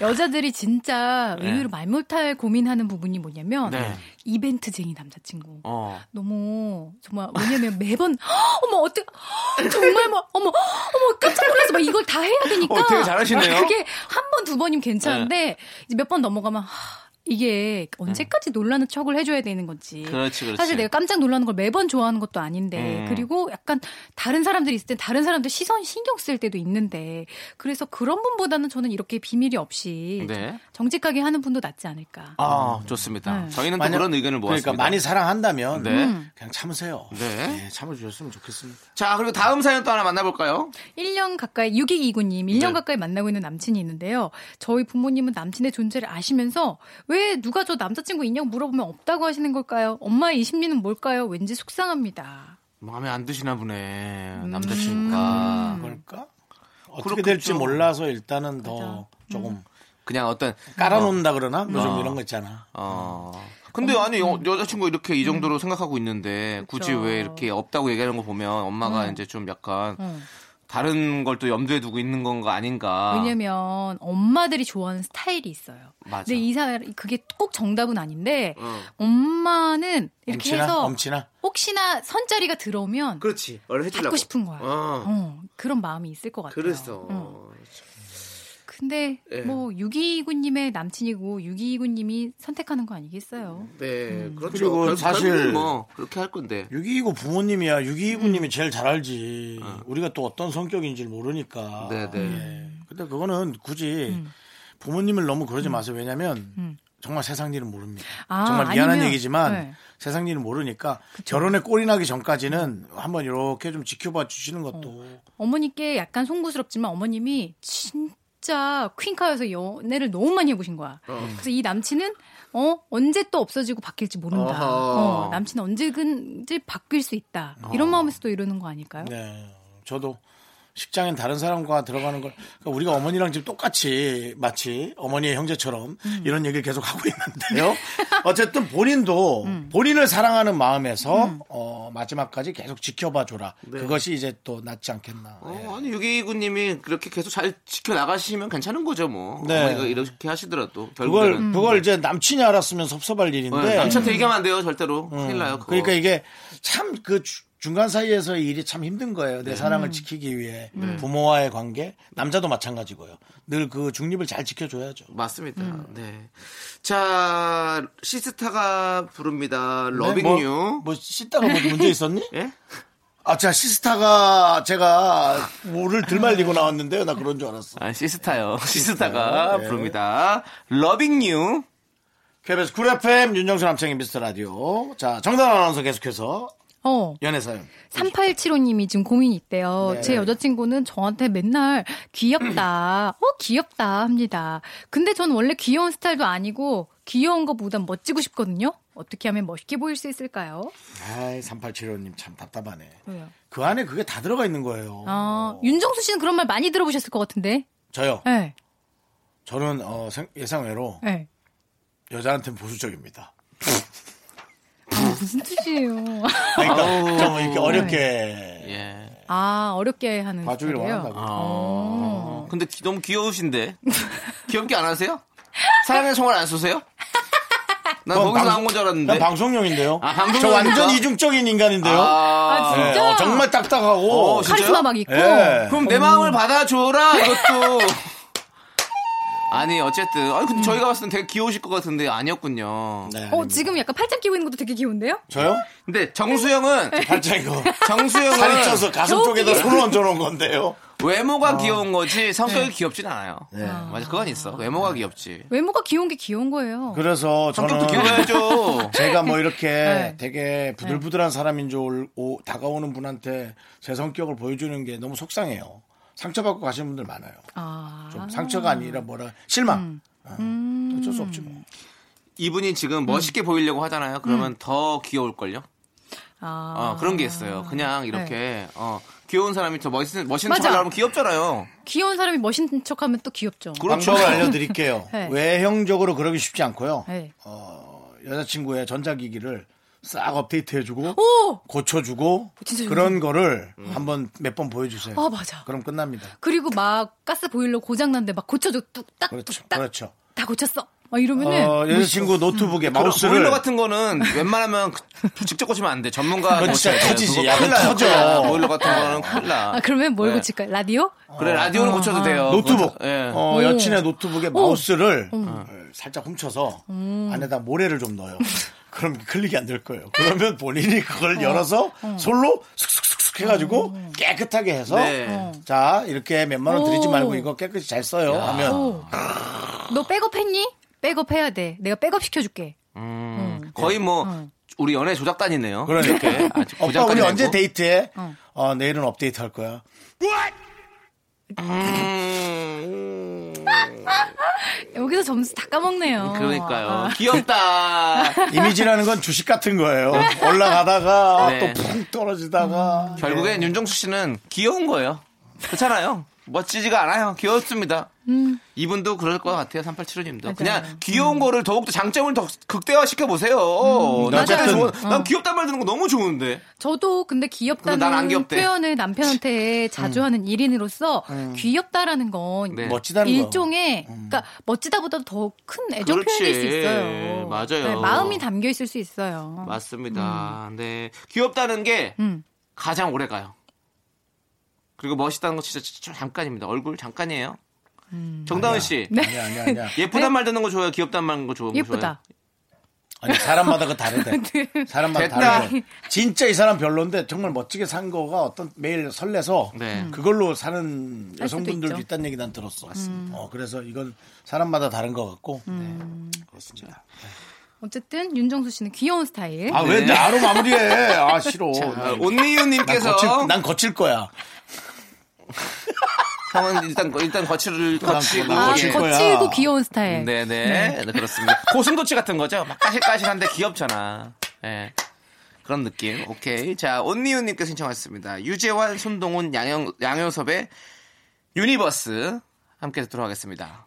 Speaker 5: 여자들이 진짜 의외로 말 못할 고민하는 부분이 뭐냐면
Speaker 2: 네.
Speaker 5: 이벤트쟁이 남자친구.
Speaker 2: 어.
Speaker 5: 너무 정말 왜냐면 매번 "헉, 어머 어떻게 정말 뭐 어머 헉, 어머 깜짝 놀라서 막 이걸 다 해야 되니까
Speaker 2: 어, 되게 잘하시네요. 네.
Speaker 5: 그게 한 번 두 번이면 괜찮은데 이제 몇 번 넘어가면 하, 이게 언제까지 놀라는 척을 해줘야 되는 건지
Speaker 2: 음. 그렇지, 그렇지.
Speaker 5: 사실 내가 깜짝 놀라는 걸 매번 좋아하는 것도 아닌데
Speaker 2: 음.
Speaker 5: 그리고 약간 다른 사람들이 있을 땐 다른 사람들 시선 신경 쓸 때도 있는데 그래서 그런 분보다는 저는 이렇게 비밀이 없이
Speaker 2: 네.
Speaker 5: 정직하게 하는 분도 낫지 않을까
Speaker 2: 아, 좋습니다.
Speaker 5: 네.
Speaker 2: 저희는 또
Speaker 1: 만약-
Speaker 2: 그런 의견을 모았습니다.
Speaker 1: 그러니까 많이 사랑한다면
Speaker 2: 뭐 네.
Speaker 5: 음.
Speaker 1: 그냥 참으세요.
Speaker 2: 네.
Speaker 1: 네, 참아주셨으면 좋겠습니다.
Speaker 2: 자, 그리고 다음 사연 또 하나 만나볼까요?
Speaker 5: 1년 가까이 6229님 1년
Speaker 2: 네.
Speaker 5: 가까이 만나고 있는 남친이 있는데요. 저희 부모님은 남친의 존재를 아시면서 왜 누가 저 남자친구 있냐고 물어보면 없다고 하시는 걸까요? 엄마의 이 심리는 뭘까요? 왠지 속상합니다.
Speaker 2: 마음에 안 드시나 보네.
Speaker 5: 음.
Speaker 2: 남자친구가.
Speaker 1: 그럴까? 어떻게
Speaker 2: 그렇겠죠.
Speaker 1: 될지 몰라서 일단은 더 조금
Speaker 2: 그냥 어떤
Speaker 1: 깔아놓는다 그러나 요즘 이런 거 있잖아.
Speaker 2: 어. 근데 아니 여, 자친구 이렇게 이 정도로 생각하고 있는데 굳이
Speaker 5: 음. 그쵸. 음.
Speaker 2: 왜 이렇게 없다고 얘기하는 거 보면 엄마가 이제 좀 약간 다른 걸 또 염두에 두고 있는 건가 아닌가.
Speaker 5: 왜냐면 엄마들이 좋아하는 스타일이 있어요.
Speaker 2: 맞아.
Speaker 5: 근데 이 사람 그게 꼭 정답은 아닌데
Speaker 2: 어.
Speaker 5: 엄마는 이렇게
Speaker 1: 엄친아,
Speaker 5: 해서
Speaker 1: 엄친아.
Speaker 5: 혹시나 선자리가 들어오면
Speaker 2: 그렇지. 원래 해주려고.
Speaker 5: 받고 싶은 거야.
Speaker 2: 어.
Speaker 5: 어, 그런 마음이 있을 것 같아요.
Speaker 2: 그래서
Speaker 5: 어. 근데
Speaker 2: 예.
Speaker 5: 뭐 6229님의 남친이고 6229님이 선택하는 거 아니겠어요?
Speaker 1: 음.
Speaker 2: 네 그렇죠.
Speaker 1: 그리고
Speaker 2: 결국-
Speaker 1: 사실-
Speaker 2: 결국은 뭐 그렇게 할 건데.
Speaker 1: 629 부모님이야. 629님이 제일 잘 알지. 우리가 또 어떤 성격인지를 모르니까.
Speaker 2: 네, 네.
Speaker 1: 예. 근데 그거는 굳이 부모님을 너무 그러지 마세요. 왜냐면 정말 세상 일은 모릅니다.
Speaker 5: 아,
Speaker 1: 정말 미안한
Speaker 5: 아니면,
Speaker 1: 얘기지만
Speaker 5: 네.
Speaker 1: 세상 일은 모르니까 결혼에 꼴이 나기 전까지는 한번 이렇게 좀 지켜봐 주시는 것도
Speaker 5: 어머니께 약간 송구스럽지만 어머님이 진짜 퀸카여서 연애를 너무 많이 해보신 거야.
Speaker 1: 어.
Speaker 5: 그래서 이 남친은 어 언제 또 없어지고 바뀔지 모른다.
Speaker 2: 어허.
Speaker 5: 어, 남친 언제든지 바뀔 수 있다. 이런 마음에서 또 이러는 거 아닐까요?
Speaker 1: 어. 네. 저도 식장엔 다른 사람과 들어가는 걸 그러니까 우리가 어머니랑 지금 똑같이 마치 어머니의 형제처럼 이런 얘기를 계속 하고 있는데요. 어쨌든 본인도 본인을 사랑하는 음. 마음에서 어, 마지막까지 계속 지켜봐 줘라. 그것이 이제 또 낫지 않겠나. 예.
Speaker 2: 네. 어, 아니 유기군님이 그렇게 계속 잘 지켜 나가시면 괜찮은 거죠 뭐.
Speaker 1: 네.
Speaker 2: 어머니가 이렇게 하시더라도
Speaker 1: 그걸
Speaker 2: 결국에는
Speaker 1: 그걸 이제 남친이 알았으면 섭섭할 일인데
Speaker 2: 음. 네, 남친한테 얘기하면 안 돼요 절대로 큰일 나요. 그거.
Speaker 1: 그러니까 이게 참 그 중간 사이에서 이 일이 참 힘든 거예요.
Speaker 2: 네.
Speaker 1: 내
Speaker 5: 음.
Speaker 1: 사랑을 지키기 위해
Speaker 2: 음.
Speaker 5: 네.
Speaker 1: 부모와의 관계 남자도 마찬가지고요. 늘 그 중립을 잘 지켜줘야죠.
Speaker 2: 맞습니다.
Speaker 1: 음.
Speaker 2: 네. 자 시스타가 부릅니다. 러빙
Speaker 1: 뭐,
Speaker 2: 유.
Speaker 1: 뭐 시스타가 뭐 문제 있었니?
Speaker 2: 예?
Speaker 1: 아, 자 시스타가 제가 뭐를 들말리고 나왔는데요. 나 그런 줄 알았어.
Speaker 2: 아 시스타요. 시스타가
Speaker 1: 예.
Speaker 2: 부릅니다. 러빙 유.
Speaker 1: KBS 쿨 FM 윤정수 남창희 미스터 라디오. 자 정답 아나운서 계속해서
Speaker 5: 어.
Speaker 1: 연애 사연.
Speaker 5: 3875님이 지금 고민이 있대요.
Speaker 1: 네.
Speaker 5: 제 여자친구는 저한테 맨날 귀엽다, 어, 귀엽다 합니다. 근데 전 원래 귀여운 스타일도 아니고 귀여운 것보단 멋지고 싶거든요? 어떻게 하면 멋있게 보일 수 있을까요?
Speaker 1: 아이 3875님 참 답답하네.
Speaker 5: 왜요?
Speaker 1: 그 안에 그게 다 들어가 있는 거예요.
Speaker 5: 아, 윤정수 씨는 그런 말 많이 들어보셨을 것 같은데?
Speaker 1: 저요.
Speaker 5: 네,
Speaker 1: 저는 어, 생- 예상외로
Speaker 5: 네.
Speaker 1: 여자한테는 보수적입니다.
Speaker 5: 아, 무슨 뜻이에요?
Speaker 1: 그러니까 좀 이렇게 어렵게
Speaker 2: 예.
Speaker 5: 아, 어렵게 하는
Speaker 1: 봐주길
Speaker 5: 스타일이에요.
Speaker 1: 원한다고.
Speaker 2: 어, 근데 귀- 너무 귀여우신데 귀엽게 안 하세요? 사랑의 총알 안 쏘세요? 난
Speaker 1: 그건 어,
Speaker 2: 거기서
Speaker 1: 방-
Speaker 2: 나온 건 줄
Speaker 1: 난
Speaker 2: 알았는데.
Speaker 1: 네. 방송용인데요.
Speaker 2: 아, 방송용입니까?
Speaker 1: 저 완전 이중적인 인간인데요.
Speaker 2: 아,
Speaker 5: 아,
Speaker 1: 네,
Speaker 5: 진짜?
Speaker 1: 어, 정말 딱딱하고. 네.
Speaker 2: 어, 진짜?
Speaker 5: 카리스마 막 있고.
Speaker 1: 예.
Speaker 2: 그럼 내 마음을 받아줘라 이것도. 아니 어쨌든 아니 근데 저희가 봤을 땐 되게 귀여우실 것 같은데 아니었군요.
Speaker 1: 네,
Speaker 5: 어,
Speaker 1: 아닙니다.
Speaker 5: 지금 약간 팔짱 끼고 있는 것도 되게 귀여운데요?
Speaker 1: 저요?
Speaker 2: 근데 정수영은
Speaker 1: 팔짱 이거 살이
Speaker 2: 정수영은
Speaker 1: 쪄서 가슴
Speaker 5: 겨우
Speaker 1: 쪽에다
Speaker 5: 끼겠어.
Speaker 1: 손을 얹어놓은 건데요.
Speaker 2: 외모가 귀여운 거지 성격이 귀엽진 않아요.
Speaker 1: 네.
Speaker 2: 맞아 그건 있어. 외모가 귀엽지.
Speaker 5: 외모가 귀여운 게 귀여운 거예요.
Speaker 1: 그래서
Speaker 2: 성격도
Speaker 1: 저는
Speaker 2: 귀여워야죠.
Speaker 1: 제가 뭐 이렇게
Speaker 5: 네.
Speaker 1: 되게 부들부들한 사람인 줄 올- 오- 다가오는 분한테 제 성격을 보여주는 게 너무 속상해요. 상처받고 가시는 분들 많아요.
Speaker 5: 아. 음.
Speaker 1: 좀 상처가 아니라 뭐라 실망. 어, 어쩔 수 없지 뭐.
Speaker 2: 이분이 지금 멋있게
Speaker 1: 음.
Speaker 2: 보이려고 하잖아요. 그러면 더 귀여울걸요.
Speaker 5: 아.
Speaker 2: 어, 그런 게 있어요. 그냥 이렇게
Speaker 1: 네.
Speaker 2: 어, 귀여운 사람이 더 멋있는 멋있는
Speaker 5: 맞아.
Speaker 2: 척 하면 귀엽잖아요.
Speaker 5: 귀여운 사람이 멋있는 척하면 또 귀엽죠.
Speaker 2: 그렇죠.
Speaker 1: 방법을 알려드릴게요.
Speaker 5: 네.
Speaker 1: 외형적으로 그러기 쉽지 않고요.
Speaker 5: 네.
Speaker 1: 어, 여자친구의 전자기기를 싹 업데이트해주고
Speaker 5: 오!
Speaker 1: 고쳐주고
Speaker 5: 진짜
Speaker 1: 그런 거를 한번 몇 번 보여주세요.
Speaker 5: 아, 맞아.
Speaker 1: 그럼 끝납니다.
Speaker 5: 그리고 막 가스 보일러 고장난데 막 고쳐줘. 뚝딱,
Speaker 1: 그렇죠.
Speaker 5: 뚝딱.
Speaker 1: 그렇죠.
Speaker 5: 다 고쳤어. 막 이러면은.
Speaker 1: 어, 여자친구 노트북에
Speaker 2: 음. 그런
Speaker 1: 마우스를
Speaker 2: 보일러 같은 거는 웬만하면 그- 직접 고치면 안 돼. 전문가
Speaker 1: 그건 진짜
Speaker 2: 고쳐야 돼.
Speaker 1: 터지지.
Speaker 2: 그거
Speaker 1: 야,
Speaker 2: 큰일
Speaker 1: 그거
Speaker 2: 나요.
Speaker 1: 터져.
Speaker 2: 큰일 나요. 보일러 같은 거는 큰일 나.
Speaker 5: 아, 그러면 뭘 어.
Speaker 2: 네.
Speaker 5: 고칠까요? 라디오?
Speaker 2: 그래 라디오는 고쳐도 돼요.
Speaker 1: 노트북
Speaker 2: 그거- 예.
Speaker 1: 어, 음.
Speaker 5: 오.
Speaker 1: 여친의 노트북에 마우스를 어, 살짝 훔쳐서 안에다 모래를 좀 넣어요. 그럼 클릭이 안 될 거예요. 그러면 본인이 그걸 열어서 음. 솔로 슥슥슥슥 해가지고 깨끗하게 해서
Speaker 2: 네.
Speaker 1: 자 이렇게 몇만 원 드리지
Speaker 5: 오.
Speaker 1: 말고 이거 깨끗이 잘 써요 하면
Speaker 5: 오. 너 백업했니? 백업해야 돼. 내가 백업 시켜줄게.
Speaker 2: 음, 거의 뭐
Speaker 5: 어.
Speaker 2: 우리 연애 조작단이네요.
Speaker 1: 그러니까
Speaker 2: 이렇게 아주
Speaker 1: 오빠 우리
Speaker 2: 고장까지
Speaker 1: 언제
Speaker 2: 내고.
Speaker 1: 데이트해? 어, 내일은 업데이트 할 거야.
Speaker 5: 여기서 점수 다 까먹네요.
Speaker 2: 음. 그러니까요.
Speaker 5: 아.
Speaker 2: 귀엽다.
Speaker 1: 이미지라는 건 주식 같은 거예요. 올라가다가
Speaker 2: 네.
Speaker 1: 또 푹 떨어지다가 네.
Speaker 2: 결국엔 윤정수 씨는 귀여운 거예요. 그렇잖아요. 멋지지가 않아요. 귀엽습니다. 이분도 그럴 것 같아요. 387호님도. 그냥 귀여운 거를 더욱더 장점을 더 극대화시켜 보세요. 난, 진짜
Speaker 1: 맞아요.
Speaker 2: 좋은- 난 귀엽단 말 듣는 거 너무 좋은데.
Speaker 5: 저도 근데
Speaker 2: 그거 난안
Speaker 5: 귀엽다는
Speaker 2: 귀엽대. 음.
Speaker 5: 표현을 남편한테 자주 하는 일인으로서 귀엽다라는 건
Speaker 2: 네.
Speaker 1: 멋지다는 음. 거.
Speaker 5: 일종의 그러니까 멋지다보다 더 큰 애정
Speaker 2: 그렇지.
Speaker 5: 표현일 수 있어요. 네,
Speaker 2: 맞아요.
Speaker 5: 마음이 담겨 있을 수 있어요.
Speaker 2: 맞습니다. 네. 귀엽다는 게
Speaker 5: 음.
Speaker 2: 가장 오래 가요. 그리고 멋있다는 거 진짜, 진짜 잠깐입니다. 얼굴 잠깐이에요. 정다은 씨.
Speaker 1: 아니야 아니야 아니야.
Speaker 2: 예쁘단 말 듣는 거 좋아요? 귀엽단 말 듣는 거 좋아요?
Speaker 5: 예쁘다.
Speaker 1: 아니 사람마다 그 다르대. 사람마다
Speaker 2: 됐다.
Speaker 1: 다르대. 진짜 이 사람 별론데 정말 멋지게 산 거가 어떤 매일 설레서
Speaker 2: 네. 음.
Speaker 1: 그걸로 사는
Speaker 5: 수도
Speaker 1: 여성분들도
Speaker 5: 있죠.
Speaker 1: 있다는 얘기 난 들었어. 어, 그래서 이건 사람마다 다른 것 같고
Speaker 2: 그렇습니다.
Speaker 5: 어쨌든 윤정수 씨는 귀여운 스타일.
Speaker 1: 아, 왜
Speaker 2: 네.
Speaker 1: 이제 아로 마무리해? 아, 싫어.
Speaker 2: 아,
Speaker 1: 난, 난,
Speaker 2: 온니유님께서
Speaker 1: 거칠, 난 거칠 거야.
Speaker 2: 형은 일단 거- 일단 거칠을 거치고
Speaker 1: 난
Speaker 5: 아,
Speaker 1: 거칠
Speaker 2: 예.
Speaker 1: 거야.
Speaker 5: 거칠고 귀여운 스타일.
Speaker 2: 네네 네, 그렇습니다. 고슴도치 같은 거죠. 막 까실까실한데 귀엽잖아. 예. 그런 느낌. 오케이. 자 온니유님께서 신청하셨습니다. 유재환, 손동훈, 양영 양효섭의 유니버스 함께 듣도록 하겠습니다.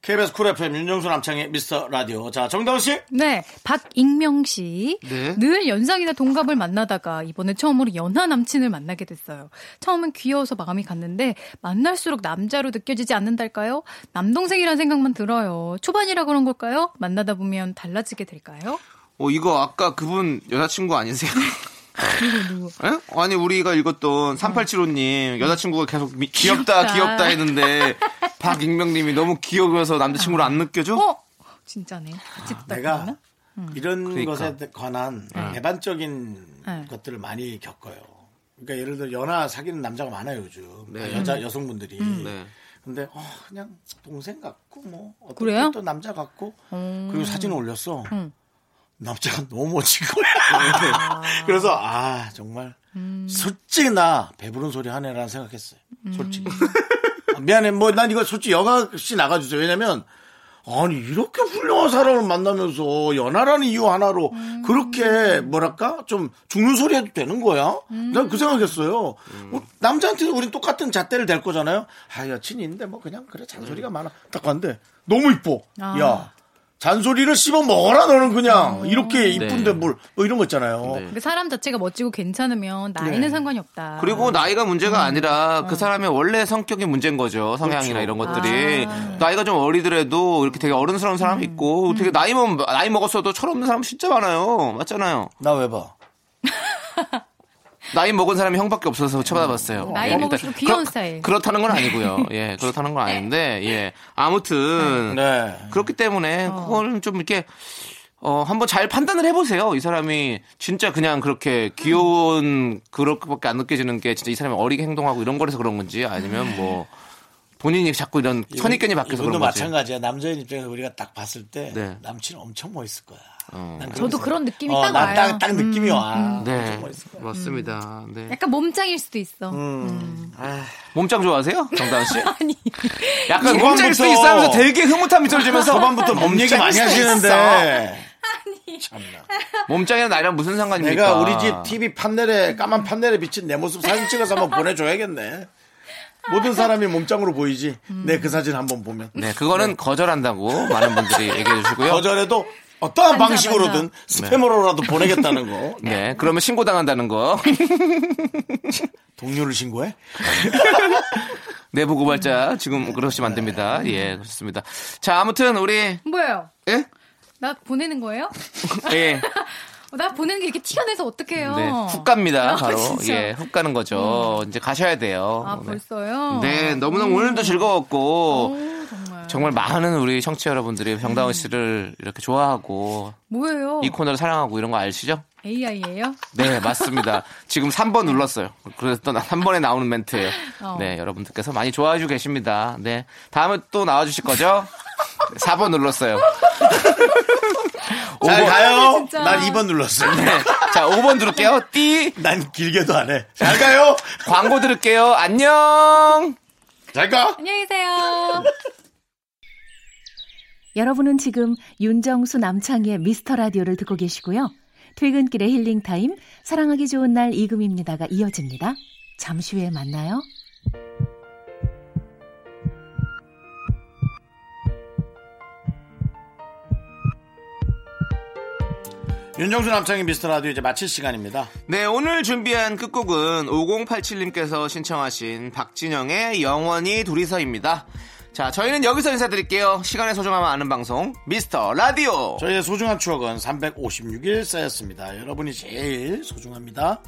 Speaker 1: KBS 쿨 FM 윤정수 남창의 미스터 라디오. 자, 정다운 씨.
Speaker 5: 네, 박익명 씨.
Speaker 2: 네.
Speaker 5: 늘 연상이나 동갑을 만나다가 이번에 처음으로 연하 남친을 만나게 됐어요. 처음엔 귀여워서 마음이 갔는데 만날수록 남자로 느껴지지 않는달까요? 남동생이란 생각만 들어요. 초반이라 그런 걸까요? 만나다 보면 달라지게 될까요?
Speaker 2: 어 이거 아까 그분 여자친구 아니세요?
Speaker 5: 그리고 누구?
Speaker 2: 에? 아니 우리가 읽었던 3875님 여자친구가 계속 미- 귀엽다
Speaker 5: 어. 귀엽다.
Speaker 2: 귀엽다 했는데 박익명님이 너무 귀여워서 남자친구를 안 느껴져?
Speaker 5: 어? 진짜네. 같이 듣다
Speaker 1: 내가
Speaker 5: 보면?
Speaker 1: 이런
Speaker 2: 그러니까. 네.
Speaker 1: 것에 관한 개반적인
Speaker 5: 네.
Speaker 1: 것들을 많이 겪어요. 그러니까 예를 들어 연하 사귀는 남자가 많아요 요즘 그러니까
Speaker 2: 네.
Speaker 5: 음.
Speaker 1: 여자 여성분들이.
Speaker 2: 네.
Speaker 1: 근데 어, 그냥 동생 같고 뭐
Speaker 5: 그래요?
Speaker 1: 어떤 또 남자 같고
Speaker 5: 음.
Speaker 1: 그리고 사진을 올렸어. 남자가 너무 멋진 거야. 그래서 아 정말
Speaker 5: 음.
Speaker 1: 솔직히 나 배부른 소리 하네라는 생각했어요. 솔직히 아, 미안해 뭐 난 이거 솔직히 여가 씨 나가주세요. 왜냐면 아니 이렇게 훌륭한 사람을 만나면서 연하라는 이유 하나로 그렇게 뭐랄까 좀 죽는 소리 해도 되는 거야? 난 그 생각했어요. 어, 남자한테도 우린 똑같은 잣대를 댈 거잖아요. 아 여친인데 뭐 그냥 그래 잔소리가 많아. 딱 봤는데 너무 이뻐.
Speaker 5: 아.
Speaker 1: 야 잔소리를 씹어 먹어라 너는 그냥 이렇게 이쁜데 뭘 뭐 이런 거 있잖아요.
Speaker 5: 근데 사람 자체가 멋지고 괜찮으면 나이는
Speaker 1: 네.
Speaker 5: 상관이 없다.
Speaker 2: 그리고 나이가
Speaker 5: 음.
Speaker 2: 문제가 아니라 그 사람의 원래 성격이 문제인 거죠.
Speaker 5: 그렇죠.
Speaker 2: 성향이나 이런 것들이.
Speaker 5: 아.
Speaker 2: 나이가 좀 어리더라도 이렇게 되게 어른스러운 사람이
Speaker 5: 음.
Speaker 2: 있고 되게 나이, 먹, 나이 먹었어도 철없는 사람 진짜 많아요. 맞잖아요.
Speaker 1: 나 왜 봐?
Speaker 2: 나이 먹은 사람이 형밖에 없어서 쳐다봤어요. 예. 그러니까
Speaker 5: 나이 먹을수록 귀여운 스타일. 네.
Speaker 2: 그렇다는 건 아니고요. 예, 그렇다는 건 아닌데, 예. 아무튼.
Speaker 1: 네.
Speaker 2: 그렇기 때문에 그거는 좀 이렇게 어 한번 잘 판단을 해보세요. 이 사람이 진짜 그냥 그렇게 귀여운 그렇게밖에 안 느껴지는 게 진짜 이 사람이 어리게 행동하고 이런 거라서 그런 건지 아니면 뭐 본인이 자꾸 이런 선입견이 바뀌어서
Speaker 1: 이분도
Speaker 2: 그런 건지.
Speaker 1: 마찬가지야. 남자인 입장에서 우리가 딱 봤을 때
Speaker 2: 네. 어.
Speaker 1: 남친 엄청 멋있을 거야. 난 어,
Speaker 5: 저도 그런 느낌이 딱
Speaker 1: 난
Speaker 5: 와요. 음,
Speaker 1: 딱, 딱 느낌이 와.
Speaker 2: 네,
Speaker 1: 엄청 멋있을 거야.
Speaker 2: 맞습니다. 네.
Speaker 5: 약간 몸짱일 수도 있어.
Speaker 1: 음.
Speaker 2: 몸짱 좋아하세요, 정다은 씨?
Speaker 5: 아니.
Speaker 2: 약간
Speaker 1: 그만부터.
Speaker 2: 몸짱일 수도 있어 하면서 그러니까 되게 흐뭇한 미소를 주면서
Speaker 1: 초반부터 몸 얘기 많이
Speaker 2: 몸짱일 수도
Speaker 1: 하시는데.
Speaker 2: 있어.
Speaker 1: 참나.
Speaker 2: 몸짱이랑 나이랑 무슨 상관입니까?
Speaker 1: 내가 우리 집 TV 판넬에 까만 판넬에 비친 내 모습 사진 찍어서 한번 보내줘야겠네. 모든 사람이 몸짱으로 보이지. 내 그 사진 한번 보면.
Speaker 2: 네, 그거는 거절한다고 많은 분들이 얘기해 주시고요.
Speaker 1: 거절해도 어떠한
Speaker 5: 맞아,
Speaker 1: 방식으로든 스팸으로라도 보내겠다는 거.
Speaker 2: 네, 그러면 신고 당한다는 거.
Speaker 1: 동료를 신고해?
Speaker 2: 내부 고발자 지금 그러시면 안 됩니다.
Speaker 5: 네.
Speaker 2: 예, 그렇습니다. 자, 아무튼 우리
Speaker 5: 뭐예요?
Speaker 2: 예?
Speaker 5: 나 보내는 거예요?
Speaker 2: 예.
Speaker 5: 어, 나 보내는 게 이렇게 티가 내서 어떡해요?
Speaker 2: 네. 훅 갑니다.
Speaker 5: 아,
Speaker 2: 바로.
Speaker 5: 진짜. 음.
Speaker 2: 예, 훅 가는 거죠. 이제 가셔야 돼요.
Speaker 5: 아,
Speaker 2: 네.
Speaker 5: 벌써요?
Speaker 2: 네, 너무너무 오늘도 즐거웠고
Speaker 5: 오, 정말.
Speaker 2: 정말 많은 우리 청취자 여러분들이 정다은 씨를 이렇게 좋아하고
Speaker 5: 뭐예요?
Speaker 2: 이 코너를 사랑하고 이런 거 아시죠?
Speaker 5: AI예요?
Speaker 2: 네, 맞습니다. 지금 3번 눌렀어요. 그래서 또 3번에 나오는 멘트예요.
Speaker 5: 어.
Speaker 2: 네, 여러분들께서 많이 좋아해 주고 계십니다. 네. 다음에 또 나와 주실 거죠? 4번 눌렀어요.
Speaker 1: 잘 가요.
Speaker 5: 어, 진짜.
Speaker 1: 난 2번 눌렀어요.
Speaker 2: 네. 자, 5번 들을게요. 띠.
Speaker 1: 난 길게도 안 해. 잘 가요.
Speaker 2: 광고 들을게요. 안녕.
Speaker 1: 잘 가.
Speaker 5: 안녕히 계세요.
Speaker 8: 여러분은 지금 윤정수 남창희의 미스터 라디오를 듣고 계시고요. 퇴근길의 힐링 타임, 사랑하기 좋은 날 이금입니다가 이어집니다. 잠시 후에 만나요.
Speaker 1: 윤정수 남창의 미스터 라디오 이제 마칠 시간입니다.
Speaker 2: 네, 오늘 준비한 끝곡은 5087님께서 신청하신 박진영의 영원히 둘이서입니다. 자, 저희는 여기서 인사드릴게요. 시간의 소중함을 아는 방송, 미스터 라디오.
Speaker 1: 저희의 소중한 추억은 356일 쌓였습니다. 여러분이 제일 소중합니다.